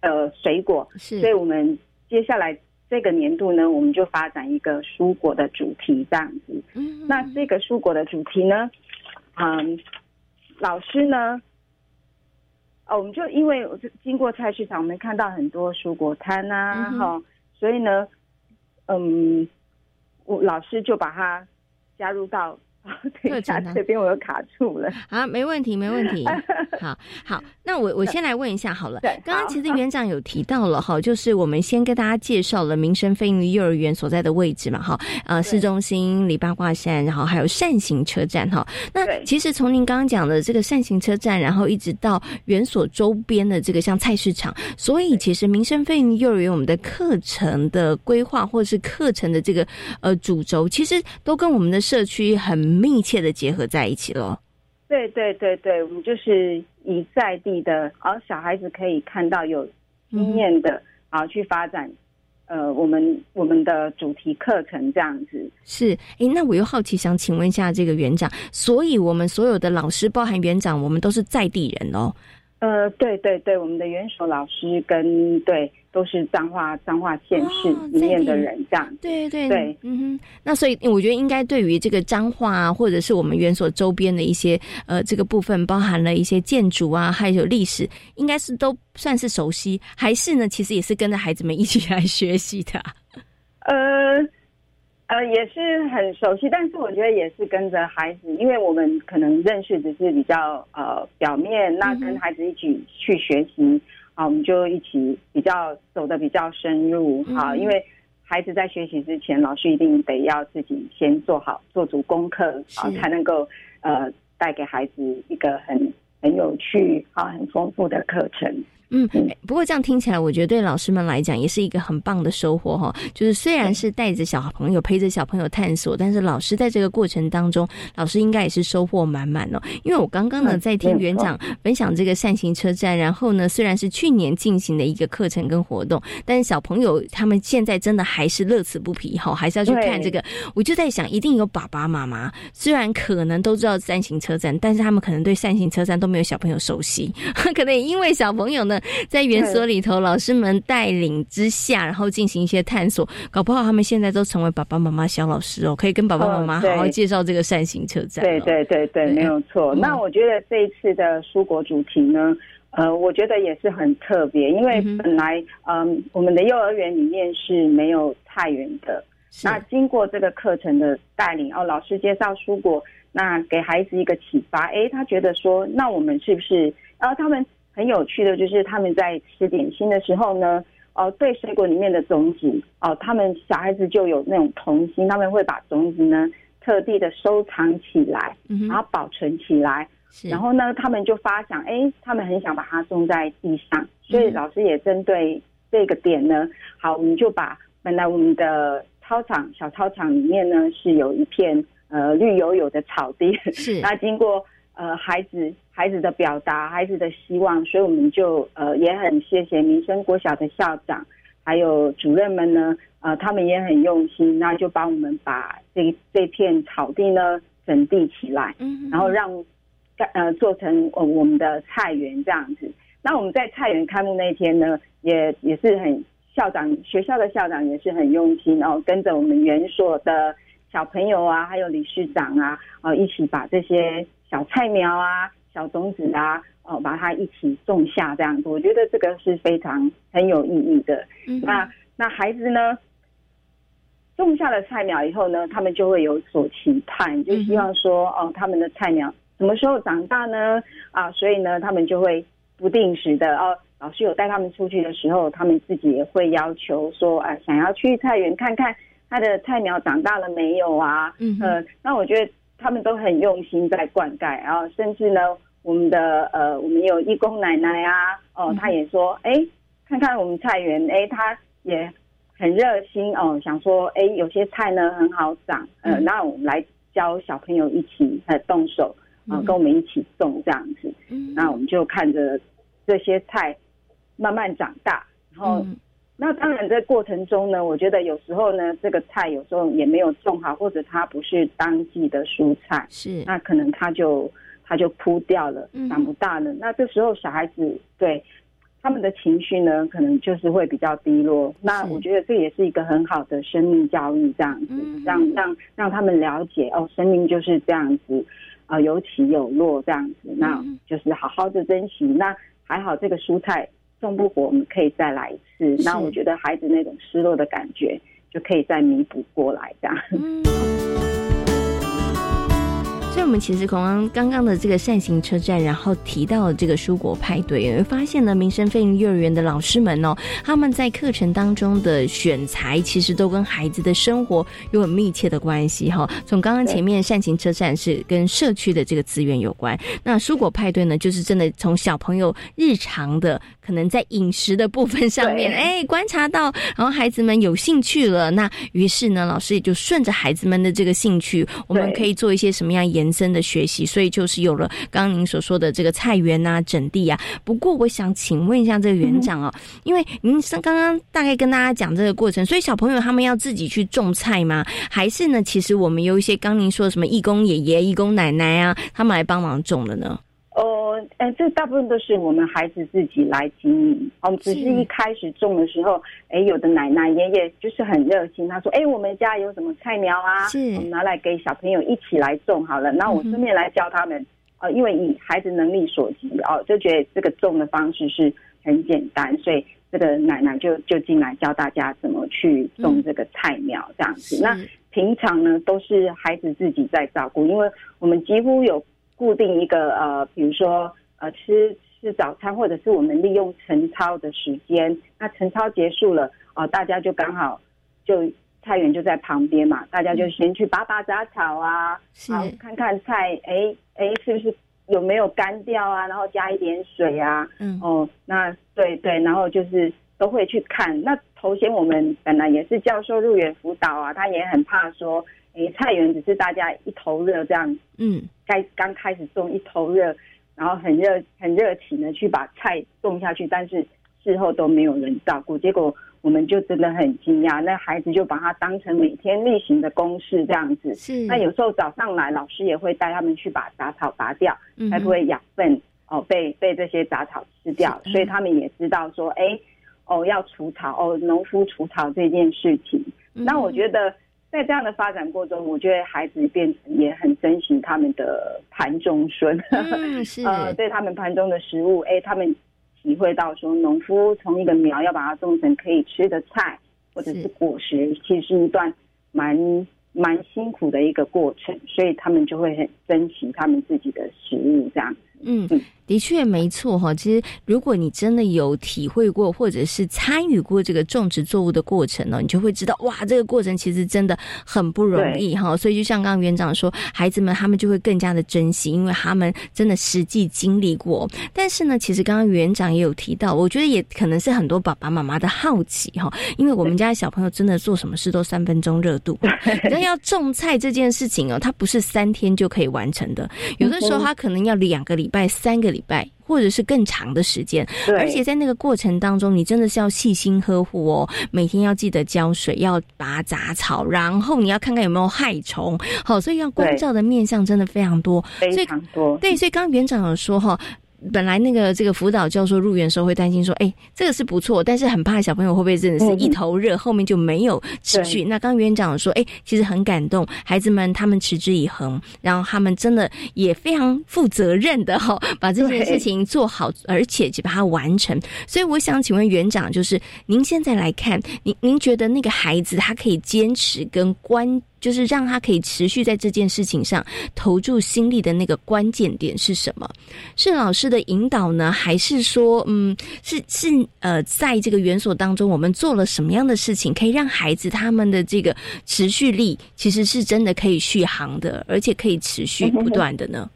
Speaker 2: 呃水果，
Speaker 6: 是
Speaker 2: 所以我们接下来这个年度呢，我们就发展一个蔬果的主题这样子。
Speaker 6: 嗯
Speaker 2: 那这个蔬果的主题呢，嗯，老师呢，哦，我们就因为我就经过菜市场，我们看到很多蔬果摊啊，
Speaker 1: 嗯哼
Speaker 2: 哈、所以呢，嗯，我老师就把它加入到。 等一下，这边我又卡住了。
Speaker 6: 啊，没问题，没问题。好好，那我我先来问一下 好了。刚刚其实园长有提到了哈，就是我们先跟大家介绍了民生飞营幼儿园所在的位置嘛哈，呃，市中心、离八卦山，然后还有扇形车站哈。那其实从您刚刚讲的这个扇形车站，然后一直到园所周边的这个像菜市场，所以其实民生飞营幼儿园我们的课程的规划或是课程的这个呃主轴，其实都跟我们的社区很密切的结合在一起了。
Speaker 2: 对对对对，我们就是以在地的，而、小孩子可以看到有经验的，啊、去发展，呃，我们我们的主题课程这样子。
Speaker 6: 是，诶，那我又好奇想请问一下这个园长，所以我们所有的老师，包含园长，我们都是在地人哦。
Speaker 2: 呃，对对对，我们的元首老师跟对都是彰化彰化县市里面的人这样。
Speaker 6: 对对
Speaker 2: 对，
Speaker 6: 嗯哼。那所以我觉得应该对于这个彰化啊，或者是我们园所周边的一些呃这个部分，包含了一些建筑啊，还有历史，应该是都算是熟悉，还是呢，其实也是跟着孩子们一起来学习的啊、
Speaker 2: 呃呃，也是很熟悉，但是我觉得也是跟着孩子，因为我们可能认识只是比较呃表面，那
Speaker 1: 嗯
Speaker 2: 跟孩子一起去学习啊，我们就一起比较走的比较深入啊，
Speaker 1: 嗯
Speaker 2: 因为。孩子在学习之前，老师一定得要自己先做好做足功课啊，
Speaker 1: 是
Speaker 2: 才能够呃带给孩子一个很很有趣啊、很丰富的课程。
Speaker 6: 嗯，不过这样听起来，我觉得对老师们来讲也是一个很棒的收获哈。就是虽然是带着小朋友陪着小朋友探索，但是老师在这个过程当中，老师应该也是收获满满哦。因为我刚刚呢在听园长分享这个善行车站，然后呢虽然是去年进行的一个课程跟活动，但是小朋友他们现在真的还是乐此不疲哈，还是要去看这个。我就在想，一定有爸爸妈妈虽然可能都知道善行车站，但是他们可能对善行车站都没有小朋友熟悉， 可能也因为小朋友呢。在园所里头，老师们带领之下，然后进行一些探索，搞不好他们现在都成为爸爸妈妈小老师哦，可以跟爸爸妈妈好好介绍这个扇形车站、
Speaker 2: 哦。对对对对，没有错。嗯、那我觉得这一次的蔬果主题呢，呃，我觉得也是很特别，因为本来嗯、呃，我们的幼儿园里面是没有菜园的，那经过这个课程的带领，哦，老师介绍蔬果，那给孩子一个启发，哎，他觉得说，那我们是不是，然后他们。很有趣的，就是他们在吃点心的时候呢，哦、呃，对水果里面的种子，哦、呃，他们小孩子就有那种童心，他们会把种子呢特地的收藏起来，
Speaker 6: 嗯
Speaker 2: 然后保存起来，嗯、然后呢，他们就发想，哎，他们很想把它种在地上，所以老师也针对这个点呢，好，我们就把本来我们的操场小操场里面呢是有一片呃绿油油的草地，
Speaker 6: 是
Speaker 2: 那经过。呃，孩子孩子的表达，孩子的希望，所以我们就呃也很谢谢民生国小的校长，还有主任们呢，呃，他们也很用心，那就帮我们把这这片草地呢整地起来，嗯，然后让呃做成呃我们的菜园这样子。那我们在菜园开幕那一天呢，也也是很校长学校的校长也是很用心，然后跟着我们园所的小朋友啊，还有理事长啊，呃一起把这些。小菜苗啊，小种子啊，哦，把它一起种下，这样子，我觉得这个是非常很有意义的。嗯、那那孩子呢，种下了菜苗以后呢，他们就会有所期盼，就希望说，哦，他们的菜苗什么时候长大呢？啊，所以呢，他们就会不定时的哦，老师有带他们出去的时候，他们自己也会要求说，啊，想要去菜园看看它的菜苗长大了没有啊？嗯、呃，那我觉得。他们都很用心在灌溉，然后甚至呢，我们的呃，我们有义工奶奶啊，哦，她也说，哎，看看我们菜园，哎，她也很热心哦，想说，哎，有些菜呢很好长，呃，那我们来教小朋友一起呃动手啊、呃，跟我们一起种这样子，那我们就看着这些菜慢慢长大，然后。
Speaker 6: 嗯
Speaker 2: 那当然，在过程中呢，我觉得有时候呢，这个菜有时候也没有种好，或者它不是当季的蔬菜，
Speaker 6: 是
Speaker 2: 那可能它就它就枯掉了，长不大了。嗯、那这时候小孩子对他们的情绪呢，可能就是会比较低落。那我觉得这也是一个很好的生命教育，这样子、嗯、让让让他们了解哦，生命就是这样子啊、呃，有起有落这样子，那就是好好的珍惜。那还好这个蔬菜。种不活，我们可以再来一次。那我觉得孩子那种失落的感觉，就可以再弥补过来这样。嗯
Speaker 6: 所以，我们其实刚刚刚刚的这个扇形车站，然后提到这个蔬果派对，也会发现呢，民生飞云幼儿园的老师们哦，他们在课程当中的选材，其实都跟孩子的生活有很密切的关系哈、哦。从刚刚前面扇形车站是跟社区的这个资源有关，那蔬果派对呢，就是真的从小朋友日常的可能在饮食的部分上面，哎，观察到，然后孩子们有兴趣了，那于是呢，老师也就顺着孩子们的这个兴趣，我们可以做一些什么样研。延伸的学习，所以就是有了刚刚您所说的这个菜园啊、整地啊。不过，我想请问一下这个园长哦，嗯、因为您刚刚大概跟大家讲这个过程，所以小朋友他们要自己去种菜吗？还是呢？其实我们有一些刚您说的什么义工爷爷、义工奶奶啊，他们来帮忙种的呢？
Speaker 2: 哦，哎，这大部分都是我们孩子自己来经营。哦，只是一开始种的时候，哎，有的奶奶、爷爷就是很热心，他说：“哎，我们家有什么菜苗啊？我们拿来给小朋友一起来种好了。”那我顺便来教他们。哦、嗯，因为以孩子能力所及，哦，就觉得这个种的方式是很简单，所以这个奶奶就就进来教大家怎么去种这个菜苗，这样子。嗯、那平常呢，都是孩子自己在照顾，因为我们几乎有。固定一个呃，比如说呃，吃吃早餐，或者是我们利用晨操的时间。那晨操结束了哦、呃，大家就刚好就菜园就在旁边嘛，大家就先去拔拔杂草啊，然后看看菜，哎哎，是不是有没有干掉啊，然后加一点水啊，
Speaker 6: 嗯，
Speaker 2: 哦，那对对，然后就是都会去看。那头先我们本来也是教授入园辅导啊，他也很怕说，诶，菜园只是大家一头热这样，
Speaker 6: 嗯，
Speaker 2: 该刚开始种一头热，然后很热很热情的去把菜种下去，但是事后都没有人照顾，结果我们就真的很惊讶，那孩子就把它当成每天例行的公事这样子。
Speaker 6: 是，
Speaker 2: 那有时候早上来，老师也会带他们去把杂草拔掉，
Speaker 6: 嗯哼
Speaker 2: 才不会养分哦被被这些杂草吃掉，
Speaker 6: 嗯
Speaker 2: 所以他们也知道说，哎，哦要除草哦，农夫除草这件事情。
Speaker 6: 嗯
Speaker 2: 那我觉得在这样的发展过程中，我觉得孩子变成也很珍惜他们的盘中孙，
Speaker 6: 嗯是
Speaker 2: 呃，对他们盘中的食物，哎，他们体会到说，农夫从一个苗要把它种成可以吃的菜或者
Speaker 6: 是
Speaker 2: 是果实，其实是一段蛮蛮辛苦的一个过程，所以他们就会很珍惜他们自己的食物，这样。
Speaker 6: 嗯，的确没错哈。其实，如果你真的有体会过，或者是参与过这个种植作物的过程呢，你就会知道，哇，这个过程其实真的很不容易哈。所以，就像刚刚园长说，孩子们他们就会更加的珍惜，因为他们真的实际经历过。但是呢，其实刚刚园长也有提到，我觉得也可能是很多爸爸妈妈的好奇哈，因为我们家的小朋友真的做什么事都三分钟热度，但要种菜这件事情哦，它不是三天就可以完成的，有的时
Speaker 14: 嗯
Speaker 6: 候
Speaker 14: 哼
Speaker 6: 他可能要两个礼拜、三个礼拜。或者是更长的时间，
Speaker 14: 对
Speaker 6: 而且在那个过程当中，你真的是要细心呵护哦，每天要记得浇水，要拔杂草，然后你要看看有没有害虫，好，所以要关
Speaker 2: 对
Speaker 6: 照的面向真的非常多，
Speaker 2: 非常多。
Speaker 6: 对，所以刚刚园长有说哈。本来那个这个辅导教授入园的时候会担心说，哎，这个是不错，但是很怕小朋友会不会真的
Speaker 14: 嗯
Speaker 6: 是一头热，后面就没有持续。那刚刚园长有说，哎，其实很感动，孩子们他们持之以恒，然后他们真的也非常负责任的哈、把这件事
Speaker 14: 对
Speaker 6: 情做好，而且就把它完成。所以我想请问园长，就是您现在来看，您您觉得那个孩子他可以坚持跟关，就是让他可以持续在这件事情上投注心力的那个关键点是什么？是老师的引导呢，还是说，嗯，是是呃，在这个园所当中，我们做了什么样的事情，可以让孩子他们的这个持续力其实是真的可以续航的，而且可以持续不断的呢？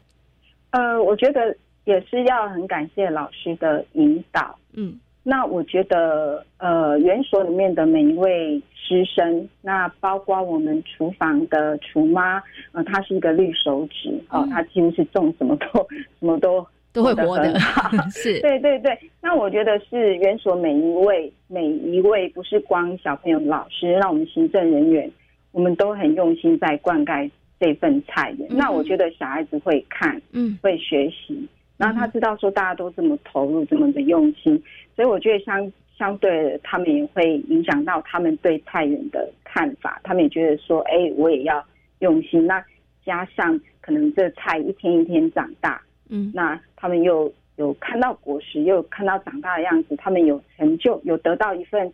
Speaker 2: 呃，我觉得也是要很感谢老师的引导。
Speaker 6: 嗯，
Speaker 2: 那我觉得，呃，园所里面的每一位师生，那包括我们厨房的厨妈，呃，她是一个绿手指哦
Speaker 6: 嗯，
Speaker 2: 她几乎是种什么都 什么都
Speaker 6: 都会活的
Speaker 2: 很 好
Speaker 6: 是
Speaker 2: 对对对。那我觉得是园所每一位每一位，不是光小朋友、老师，让我们行政人员，我们都很用心在灌溉这份菜园。
Speaker 6: 嗯
Speaker 2: 那我觉得小孩子会看，
Speaker 6: 嗯，
Speaker 2: 会学习，然后他知道说大家都这么投入，这么的用心，所以我觉得相相对的，他们也会影响到他们对菜园的看法，他们也觉得说，哎，我也要用心。那加上可能这菜一天一天长大，
Speaker 6: 嗯，
Speaker 2: 那他们又有看到果实，又有看到长大的样子，他们有成就，有得到一份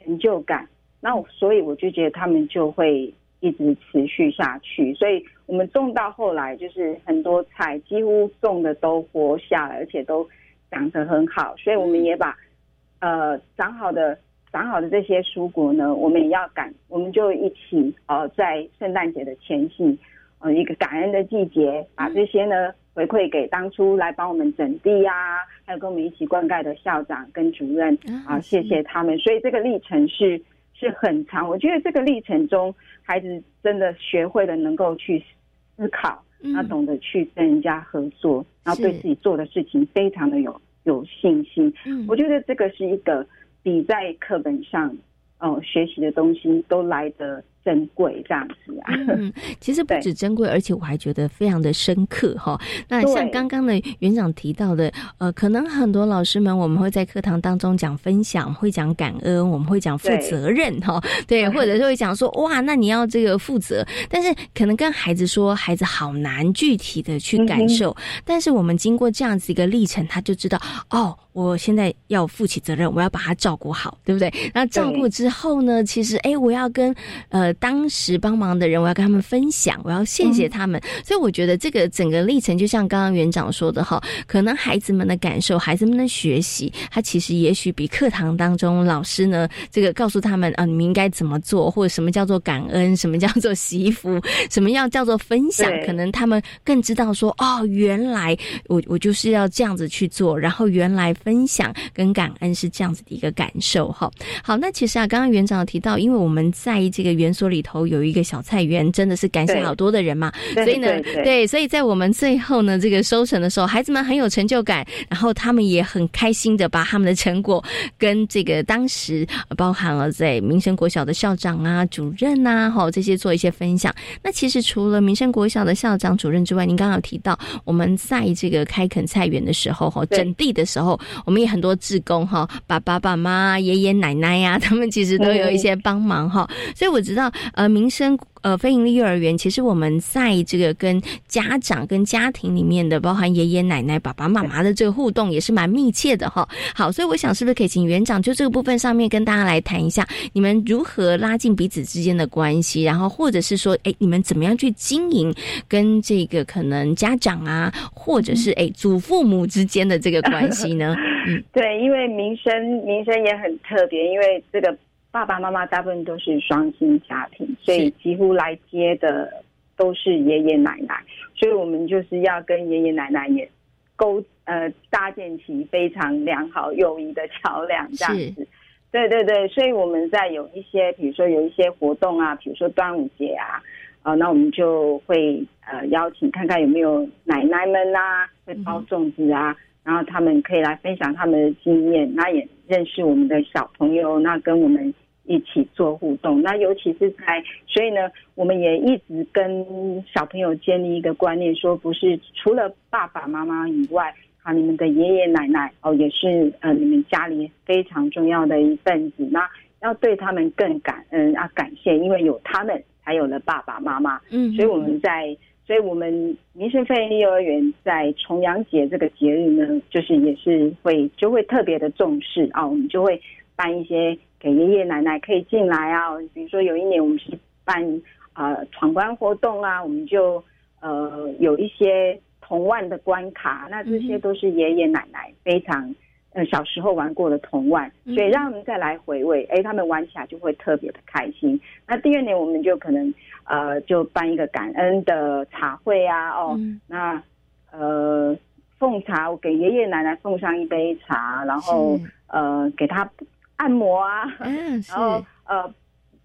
Speaker 2: 成就感。那我所以我就觉得他们就会一直持续下去。所以我们种到后来，就是很多菜几乎种的都活下来，而且都长得很好。所以我们也把呃长好的长好的这些蔬果呢，我们也要感，我们就一起呃在圣诞节的前夕，呃一个感恩的季节，把
Speaker 6: 嗯
Speaker 2: 这些呢回馈给当初来帮我们整地啊，还有跟我们一起灌溉的校长跟主任啊、
Speaker 6: 啊
Speaker 2: 谢谢他们。所以这个历程是是很长，我觉得这个历程中，孩子真的学会了能够去思考，
Speaker 6: 嗯
Speaker 2: 他懂得去跟人家合作，然后对自己做的事情非常的有有信心。
Speaker 6: 嗯
Speaker 2: 我觉得这个是一个比在课本上哦、呃学习的东西都来得珍贵，这样子啊。
Speaker 6: 嗯，其实不止珍贵，而且我还觉得非常的深刻哈。那像
Speaker 2: 对
Speaker 6: 刚刚的园长提到的，呃，可能很多老师们我们会在课堂当中讲分享，会讲感恩，我们会讲负
Speaker 14: 对
Speaker 6: 责任哈，对，或者是会讲说哇，那你要这个负责，但是可能跟孩子说，孩子好难具体的去感受。但是我们经过这样子一个历程，他就知道哦，我现在要负起责任，我要把他照顾好，对不对？那照顾之后呢，其实哎，我要跟呃呃当时帮忙的人，我要跟他们分享，我要谢谢他们。嗯、所以我觉得这个整个历程，就像刚刚园长说的哈，可能孩子们的感受、孩子们的学习，他其实也许比课堂当中老师呢这个告诉他们啊，你们应该怎么做，或者什么叫做感恩，什么叫做惜福，什么样叫做分享，可能他们更知道说哦，原来我我就是要这样子去做，然后原来分享跟感恩是这样子的一个感受哈。好，那其实啊，刚刚园长提到，因为我们在这个园所里头有一个小菜园，真的是感谢好多的人嘛，所以呢，对，所以在我们最后呢这个收成的时候，孩子们很有成就感，然后他们也很开心的把他们的成果跟这个当时呃包含了在民生国小的校长啊、主任呐、啊，哈这些做一些分享。那其实除了民生国小的校长、主任之外，您刚刚有提到，我们在这个开垦菜园的时候，哈，整地的时候，我们也很多志工哈，把爸爸妈妈、爷爷奶奶呀、啊， 他们其实都有一些帮忙哈。所以我知道，呃，民生。呃，非盈利幼儿园其实我们在这个跟家长、跟家庭里面的，包含爷爷奶奶、爸爸妈妈的这个互动也是蛮密切的哈。好，所以我想是不是可以请园长就这个部分上面跟大家来谈一下，你们如何拉近彼此之间的关系，然后或者是说，哎，你们怎么样去经营跟这个可能家长啊，或者是哎祖父母之间的这个关 系呢？
Speaker 2: 嗯，对，因为民生民生也很特别，因为这个。爸爸妈妈大部分都是双薪家庭，所以几乎来接的都是爷爷奶奶，所以我们就是要跟爷爷奶奶也勾呃搭建起非常良好友谊的桥梁，这样子。对对对，所以我们在有一些，比如说有一些活动啊，比如说端午节啊，啊、呃，那我们就会呃邀请看看有没有奶奶们啊会包粽子啊。嗯然后他们可以来分享他们的经验，那也认识我们的小朋友，那跟我们一起做互动。那尤其是在，所以呢，我们也一直跟小朋友建立一个观念，说不是除了爸爸妈妈以外，啊，你们的爷爷奶奶哦，也是呃你们家里非常重要的一份子。那要对他们更感恩啊，感谢，因为有他们，才有了爸爸妈妈。嗯，所以我们在。所以，我们民生费力幼儿园在重阳节这个节日呢，就是也是会就会特别的重视啊，我们就会办一些给爷爷奶奶可以进来啊，比如说有一年我们是办啊、呃、闯关活动啊，我们就呃有一些童玩的关卡，那这些都是爷爷奶奶非常呃小时候玩过的童玩，所以让我们再来回味，哎，他们玩起来就会特别的开心。那第二年我们就可能。呃，就办一个感恩的茶会啊，哦，嗯、那呃，奉茶，我给爷爷奶奶奉上一杯茶，然后呃，给他按摩啊，嗯、然后呃，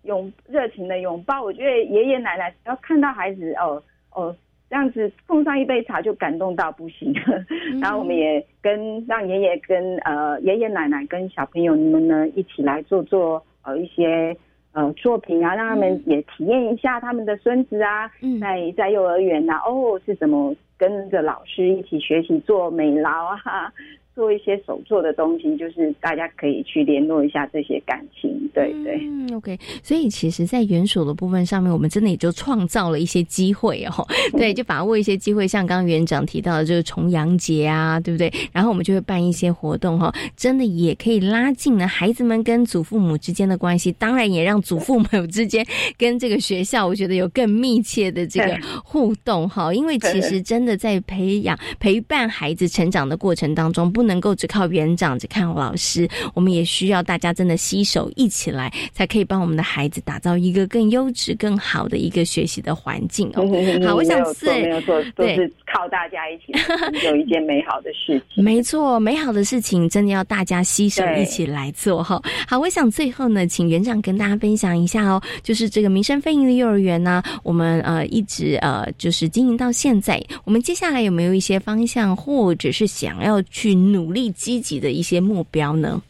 Speaker 2: 拥热情的拥抱。我觉得爷爷奶奶只要看到孩子哦哦这样子奉上一杯茶就感动到不行 了。嗯、然后我们也跟让爷爷跟呃爷爷奶奶跟小朋友你们呢一起来做做呃一些。呃，作品啊，让他们也体验一下他们的孙子啊，嗯、在在幼儿园呐、啊，哦，是怎么跟着老师一起学习做美劳啊， 做一些手做的东西，就是大家可以去联络一下这些感情，对对。
Speaker 6: 嗯，OK。所以其实，在园所的部分上面，我们真的也就创造了一些机会 哦，对，就把握一些机会，像刚刚园长提到的，就是重阳节啊，对不对？然后我们就会办一些活动哈、哦，真的也可以拉近了孩子们跟祖父母之间的关系，当然也让。祖父母之间跟这个学校，我觉得有更密切的这 个互动哈，因为其实真的在培养陪伴孩子成长的过程当中，不能够只靠园长、只看老师，我们也需要大家真的携手一起来，才可以帮我们的孩子打造一个更优质、更好的一个学习的环境
Speaker 2: 嗯
Speaker 6: 哦。好，我想是，
Speaker 2: 没有错，都是靠大家一起 有一件美好的事情。
Speaker 6: 没错，美好的事情真的要大家携手一起来做哈。好，我想最后呢，请园长跟大家分。想一下哦，就是这个民生非营利幼儿园呢，我们呃一直呃就是经营到现在，我们接下来有没有一些方向，或者是想要去努力积极的一些目标呢？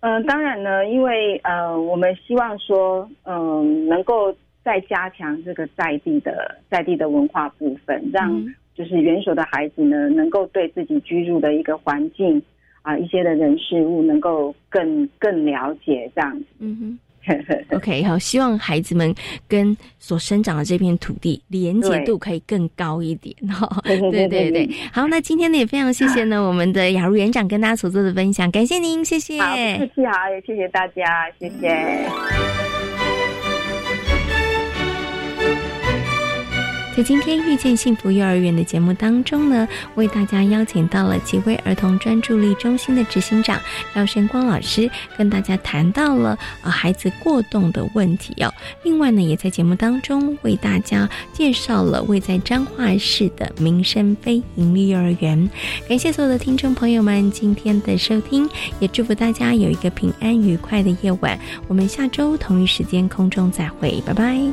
Speaker 2: 嗯、呃，当然呢，因为呃，我们希望说，嗯、呃，能够再加强这个在地的在地的文化部分，让
Speaker 6: 嗯
Speaker 2: 就是园所的孩子呢，能够对自己居住的一个环境啊、呃，一些的人事物能够更更了解这样子。嗯哼。
Speaker 6: OK，好，希望孩子们跟所生长的这片土地连结度可以更高一点哦。对对 对，好，那今天呢也非常谢谢呢我们的雅茹园长跟大家所做的分享，感谢您，谢谢。
Speaker 2: 啊好，客气好，也谢谢大家，谢谢。
Speaker 6: 在今天遇见幸福幼儿园的节目当中呢，为大家邀请到了几位儿童专注力中心的执行长廖生光老师，跟大家谈到了呃孩子过动的问题哦。另外呢，也在节目当中为大家介绍了位在彰化市的民生非营利幼儿园。感谢所有的听众朋友们今天的收听，也祝福大家有一个平安愉快的夜晚。我们下周同一时间空中再会，拜拜。